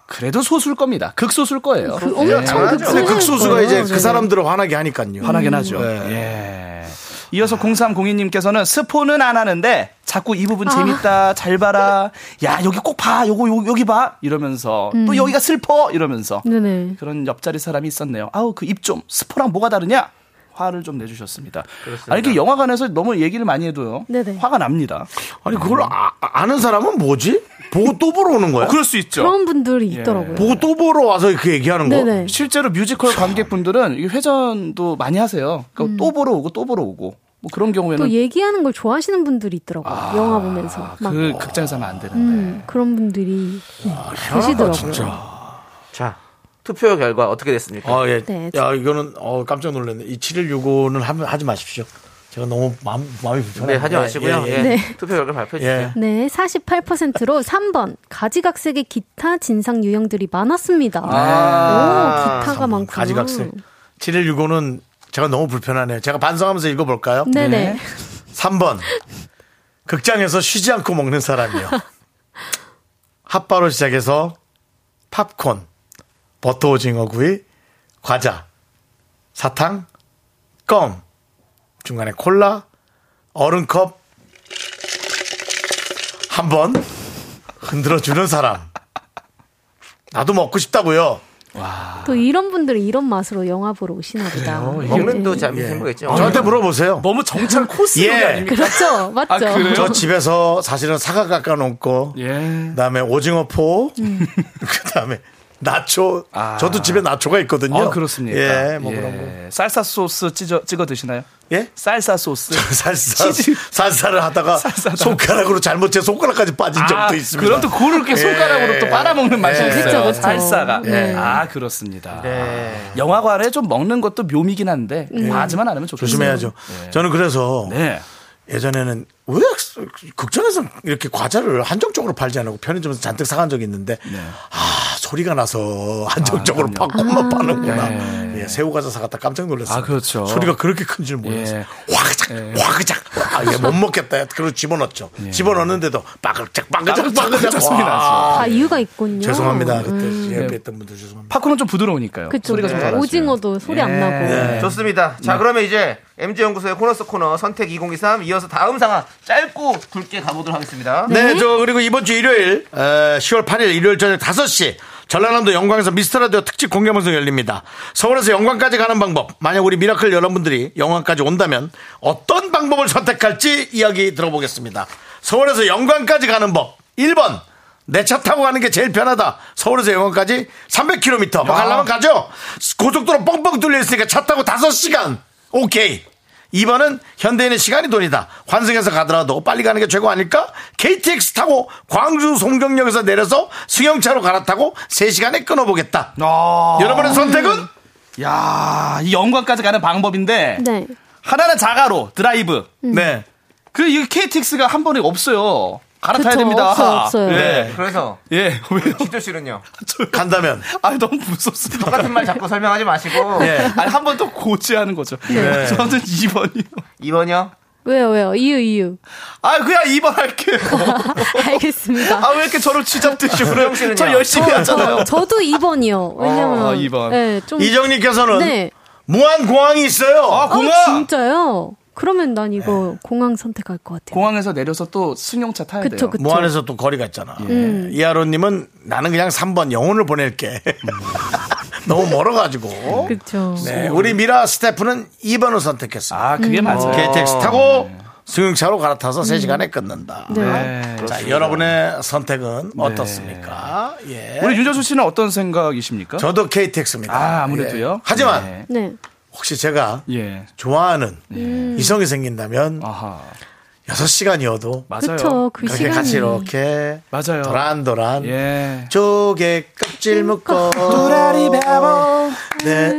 그래도 소수일 겁니다. 극소수일 거예요. 네. 그 엄청 근데 극소수. 극소수가 이제 그 사람들을 화나게 하니까요 네. 화나긴 하죠. 예. 이어서 0302님께서는 스포는 안 하는데 자꾸 이 아. 부분 재밌다, 잘 봐라, 야, 여기 꼭 봐, 요거, 요, 여기 봐, 이러면서 음. 또 여기가 슬퍼, 이러면서 네네. 그런 옆자리 사람이 있었네요. 아우, 그 입 좀, 스포랑 뭐가 다르냐? 화를 좀 내주셨습니다. 아, 이렇게 영화관에서 너무 얘기를 많이 해도요. 네네. 어? 화가 납니다. 아니 그걸 아, 는 사람은 뭐지? 보고 또 보러 오는 거야? 그럴 수 있죠. 그런 분들이 예. 있더라고요. 보고 또 보러 와서 그 얘기하는 거? 네네. 뭐 실제로 뮤지컬 관객분들은 이 회전도 많이 하세요. 그러니까 또 보러 오고 또 보러 오고 뭐 그런 음. 또 경우에는 얘기하는 걸 좋아하시는 분들이 있더라고요. 영화 보면서. 막. 그 극장에서 하면 안 되는데. 음, 그런 분들이 네, 아, 계시더라고요. 자, 투표 결과 어떻게 됐습니까? 아, 예. 네. 야, 이거는 어, 깜짝 놀랐네. 이 7165는 하지 마십시오. 제가 너무 마음, 마음이 불편해요. 네, 하지 마시고요. 예, 예, 예, 예. 투표 결과 발표해 주세요. 예. 네, 48%로 3번 가지각색의 기타 진상 유형들이 아, 많았습니다. 오, 기타가 많구나. 가지각색. 7165는 제가 너무 불편하네요. 제가 반성하면서 읽어볼까요? 네네. 3번. 극장에서 쉬지 않고 먹는 사람이요. 핫바로 시작해서 팝콘, 버터 오징어 구이, 과자, 사탕, 껌, 중간에 콜라, 얼음컵, 한 번 흔들어주는 사람. 나도 먹고 싶다고요. 또 이런 분들이 이런 맛으로 영화 보러 오시나 보다. 먹는 또 잠시 예. 힘들겠죠. 저한테 물어보세요. 너무 정찬 코스 예. 그렇죠. 맞죠? 아, 그래요? 저 집에서 사실은 사과 깎아놓고 예. 그다음에 오징어포, 그다음에 나초. 아. 저도 집에 나초가 있거든요. 아 그렇습니까? 어, 예, 뭐 그런 거. 쌀사 소스 찢어, 찍어 드시나요? 예? 쌀사 소스. 살사, 치즈. 살사를 하다가 살사를 아, 손가락으로 잘못 제 손가락까지 빠진 적도 있습니다. 그럼 또 그걸 이렇게 손가락으로 예. 또 빨아먹는 맛이 예. 네. 있어요. 그쵸, 그쵸. 살사가. 네. 아 그렇습니다. 영화관에 좀 먹는 것도 묘미긴 한데 과하지만 않으면 좋겠어요. 예. 조심해야죠. 저는 그래서 예. 네. 예전에는 왜 극장에서 이렇게 과자를 한정적으로 팔지 않고 편의점에서 잔뜩 사간 적이 있는데 네. 아 소리가 나서 한정적으로 팍 팍만 파는구나. 예, 새우 과자 사갔다 깜짝 놀랐어요. 네. 아, 그렇죠. 예. 소리가 그렇게 큰 줄 몰랐어요. 화그작 화그작 아얘못 먹겠다. 그리고 집어넣었죠. 집어넣는데도 빠그작 빠그작 빠그작 예. 소리 네. 와. 다 이유가 있군요. 죄송합니다 그때 옆에 있던 분들 죄송합니다. 팝콘은 좀 부드러우니까. 그쵸. 소리가 좀 네. 덜하죠. 오징어도 소리 안 나고. 좋습니다. 자, 네. 그러면 이제 MG 연구소의 코너스 코너 선택 2023 이어서 다음 상황 짧고 굵게 가보도록 하겠습니다. 네, 저 그리고 이번 주 일요일 에, 10월 8일 일요일 저녁 5시 전라남도 영광에서 미스터라디오 특집 공개방송 열립니다. 서울에서 영광까지 가는 방법 만약 우리 미라클 여러분들이 영광까지 온다면 어떤 방법을 선택할지 이야기 들어보겠습니다. 서울에서 영광까지 가는 법 1번 내 차 타고 가는 게 제일 편하다. 서울에서 영광까지 300km 가려면 가죠. 고속도로 뻥뻥 뚫려 있으니까 차 타고 5시간 오케이. 2번은 현대인의 시간이 돈이다. 환승해서 가더라도 빨리 가는 게 최고 아닐까? KTX 타고 광주 송정역에서 내려서 승용차로 갈아타고 3시간에 끊어보겠다. 아. 여러분의 선택은? 야, 이 영광까지 가는 방법인데 네. 음. 하나는 자가로 드라이브. 네. 그 이 KTX가 한 번에 없어요. 갈아타야 그쵸, 됩니다. 없어요, 없어요. 네. 예. 그래서 예. 왜요? 기조 씨는요. 간다면. 아, 너무 무섭습니다. 똑같은 말 자꾸 설명하지 마시고 예. 아니, 한 번 더 고지하는 거죠. 네. 저는 2번이요. 이번요. 왜요, 왜요? 이유, 이유. 아, 그냥 2번 할게요. 알겠습니다. 어. 어, 아, 왜 이렇게 저를 쥐잡듯이 수영 그래요? 씨는요? 저 열심히 하잖아요. 저도 2번이요. 왜냐면. 어, 이 번. 네, 좀. 이정님께서는 네. 무한공항이 있어요. 아, 공항! 네. 아, 진짜요? 그러면 난 이거 공항 선택할 것 같아요. 공항에서 내려서 또 승용차 타야 그쵸, 돼요. 뭐. 그쵸. 무한에서 또 거리가 있잖아. 예. 음. 이하로님은 나는 그냥 3번 영혼을 보낼게. 너무 멀어가지고. 그쵸. 네, 우리 미라 스태프는 2번을 선택했어요. 아, 음. 그게 맞아요. KTX 타고 승용차로 갈아타서 3시간에 끊는다. 네. 네. 자, 여러분의 선택은 어떻습니까? 예. 우리 윤정수 씨는 어떤 생각이십니까? 저도 KTX입니다. 예. 아, 아무래도요. 하지만 네. 네. 혹시 제가 예. 좋아하는 음. 이성이 생긴다면 아하. 여섯 시간이어도 맞아요. 그쵸. 그 그렇게 시간이. 같이 이렇게 맞아요. 도란도란 예. 조개 껍질 묶고 네,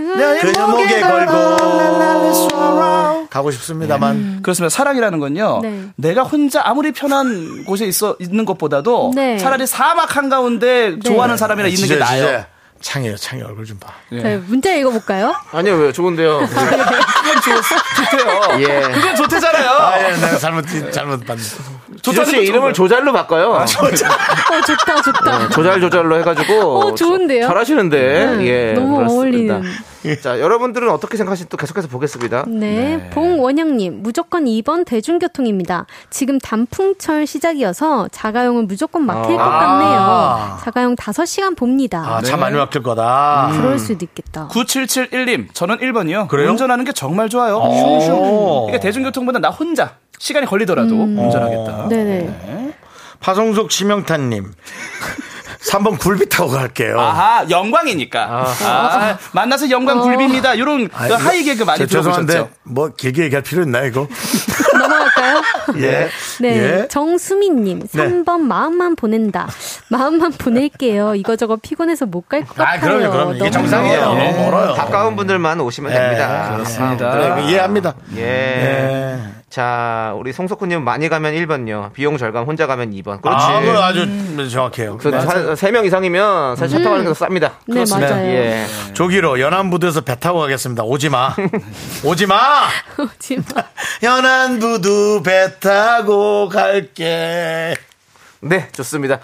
그녀 목에 걸고 가고 싶습니다만 그렇습니다. 사랑이라는 건요. 네. 어, 내가 혼자 아무리 편한 곳에 있어 있는 것보다도 네. 차라리 사막 한 가운데 좋아하는 사람이랑 있는 게 진짜, 나아요. 진짜 창이에요, 창이 얼굴 좀 봐. 네, 문자 읽어볼까요? 아니요, 왜요? 좋은데요. 좋대요. 예. 그게 좋대잖아요. 아, 예, 내가 잘못 잘못 봤네. 기조 씨 이름을 조잘로 바꿔요. 아, 네, 어, 좋다, 좋다. 조잘 조잘로 해가지고 어, 좋은데요? 잘하시는데 네, 예 너무 그렇습니다. 어울리는. 자 여러분들은 어떻게 생각하시는지 또 계속해서 보겠습니다. 네, 봉원영님 무조건 2번 대중교통입니다. 지금 단풍철 아. 시작이어서 자가용은 무조건 막힐 것 같네요. 자가용 5시간 봅니다. 아, 차 많이 같을 거다. 음. 그럴 수도 있겠다. 9771님, 저는 1번이요. 그래요? 어. 운전하는 게 정말 좋아요. 오. 슝슝. 이게 대중교통보다 나 혼자 시간이 걸리더라도 운전하겠다. 음. 어. 네네. 파성숙 심영탄님. 3번 굴비 타고 갈게요. 아하, 영광이니까. 아, 만나서 영광 굴비입니다. 이런 그 아니, 하이 개그 많이 저- 들어보셨죠? 죄송한데 뭐 길게 얘기할 필요 있나 이거? 넘어갈까요? 예. 네. 예. 정수민님, 3번 마음만 보낸다. 마음만 보낼게요. 이거저거 피곤해서 못 갈 것 아, 같아요. 그럼요, 그럼요. 이게 너무 정상이에요. 멀어요. 너무 멀어요. 네, 가까운 분들만 오시면 됩니다. 그렇습니다. 그래, 그 이해합니다. 예. 네. 예. 자, 우리 송석훈님 많이 가면 1번요. 비용 절감 혼자 가면 2번. 그렇지. 아, 그거 아주 정확해요. 그 3명 이상이면 사실 차 타고 가는 게 더 쌉니다. 네, 맞아요. 예. 조기로 연안부두에서 배 타고 가겠습니다. 오지 마. 오지 마. 오지마. 연안부두 배 타고 갈게. 네, 좋습니다.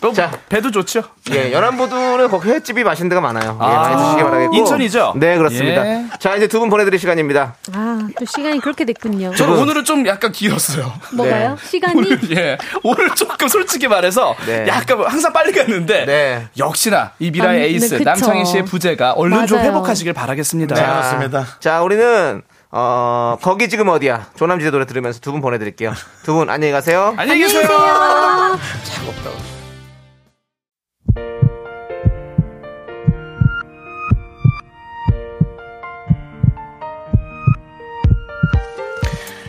또 자. 어, 배도 좋죠? 예, 연안보도는 거기 횟집이 맛있는 데가 많아요. 예, 많이 드시기 바라겠고. 인천이죠? 네, 그렇습니다. 예. 자, 이제 두 분 보내드릴 시간입니다. 아, 또 시간이 그렇게 됐군요. 저는 뭐 오늘은 좀 약간 길었어요. 뭐가요? 네. 시간이? 오늘, 예. 오늘 조금 솔직히 말해서 네. 약간 항상 빨리 갔는데 네. 역시나 이 미라의 남- 네, 에이스 그쵸. 남창희 씨의 부재가 얼른 좀 맞아요. 회복하시길 바라겠습니다. 네, 맞습니다. 자, 우리는, 어, 거기 지금 어디야? 조남지대 노래 들으면서 두 분 보내드릴게요. 두 분 안녕히 가세요. 안녕히 계세요.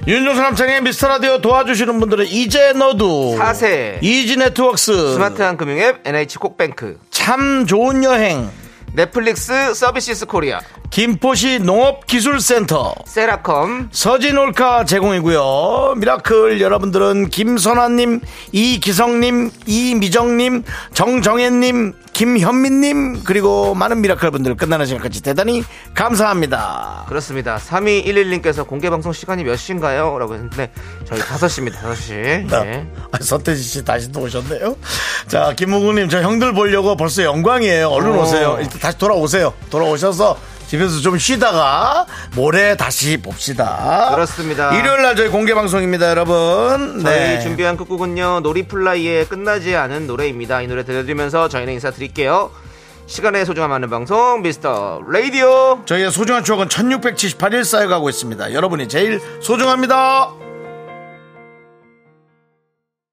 윤종수 남창의 미스터라디오 도와주시는 분들은 이제 너도. 사세. 이지 네트웍스. 스마트한 금융앱 NH 콕뱅크. 참 좋은 여행. 넷플릭스 서비스 코리아. 김포시 농업기술센터. 세라컴. 서진 올카 제공이고요. 미라클 여러분들은 김선아님, 이기성님, 이미정님, 정정혜님, 김현민님 그리고 많은 미라클 분들 끝나는 시간까지 대단히 감사합니다. 그렇습니다. 3211님께서 공개방송 시간이 몇 시인가요? 라고 했는데, 저희 5시입니다, 5시. 예. 아, 서태지 씨 다시 또 오셨네요. 자, 김무구님 저 형들 보려고 벌써 영광이에요. 얼른 어. 오세요. 일단 다시 돌아오세요. 돌아오셔서 집에서 좀 쉬다가 모레 다시 봅시다. 그렇습니다. 일요일 날 저희 공개 방송입니다, 여러분. 네. 저희 준비한 끝곡은요 놀이플라이의 끝나지 않은 노래입니다 이 노래 들려드리면서 저희는 인사드릴게요 시간의 소중함 하는 방송 미스터 라디오 저희의 소중한 추억은 1678일 쌓여가고 있습니다. 여러분이 제일 소중합니다.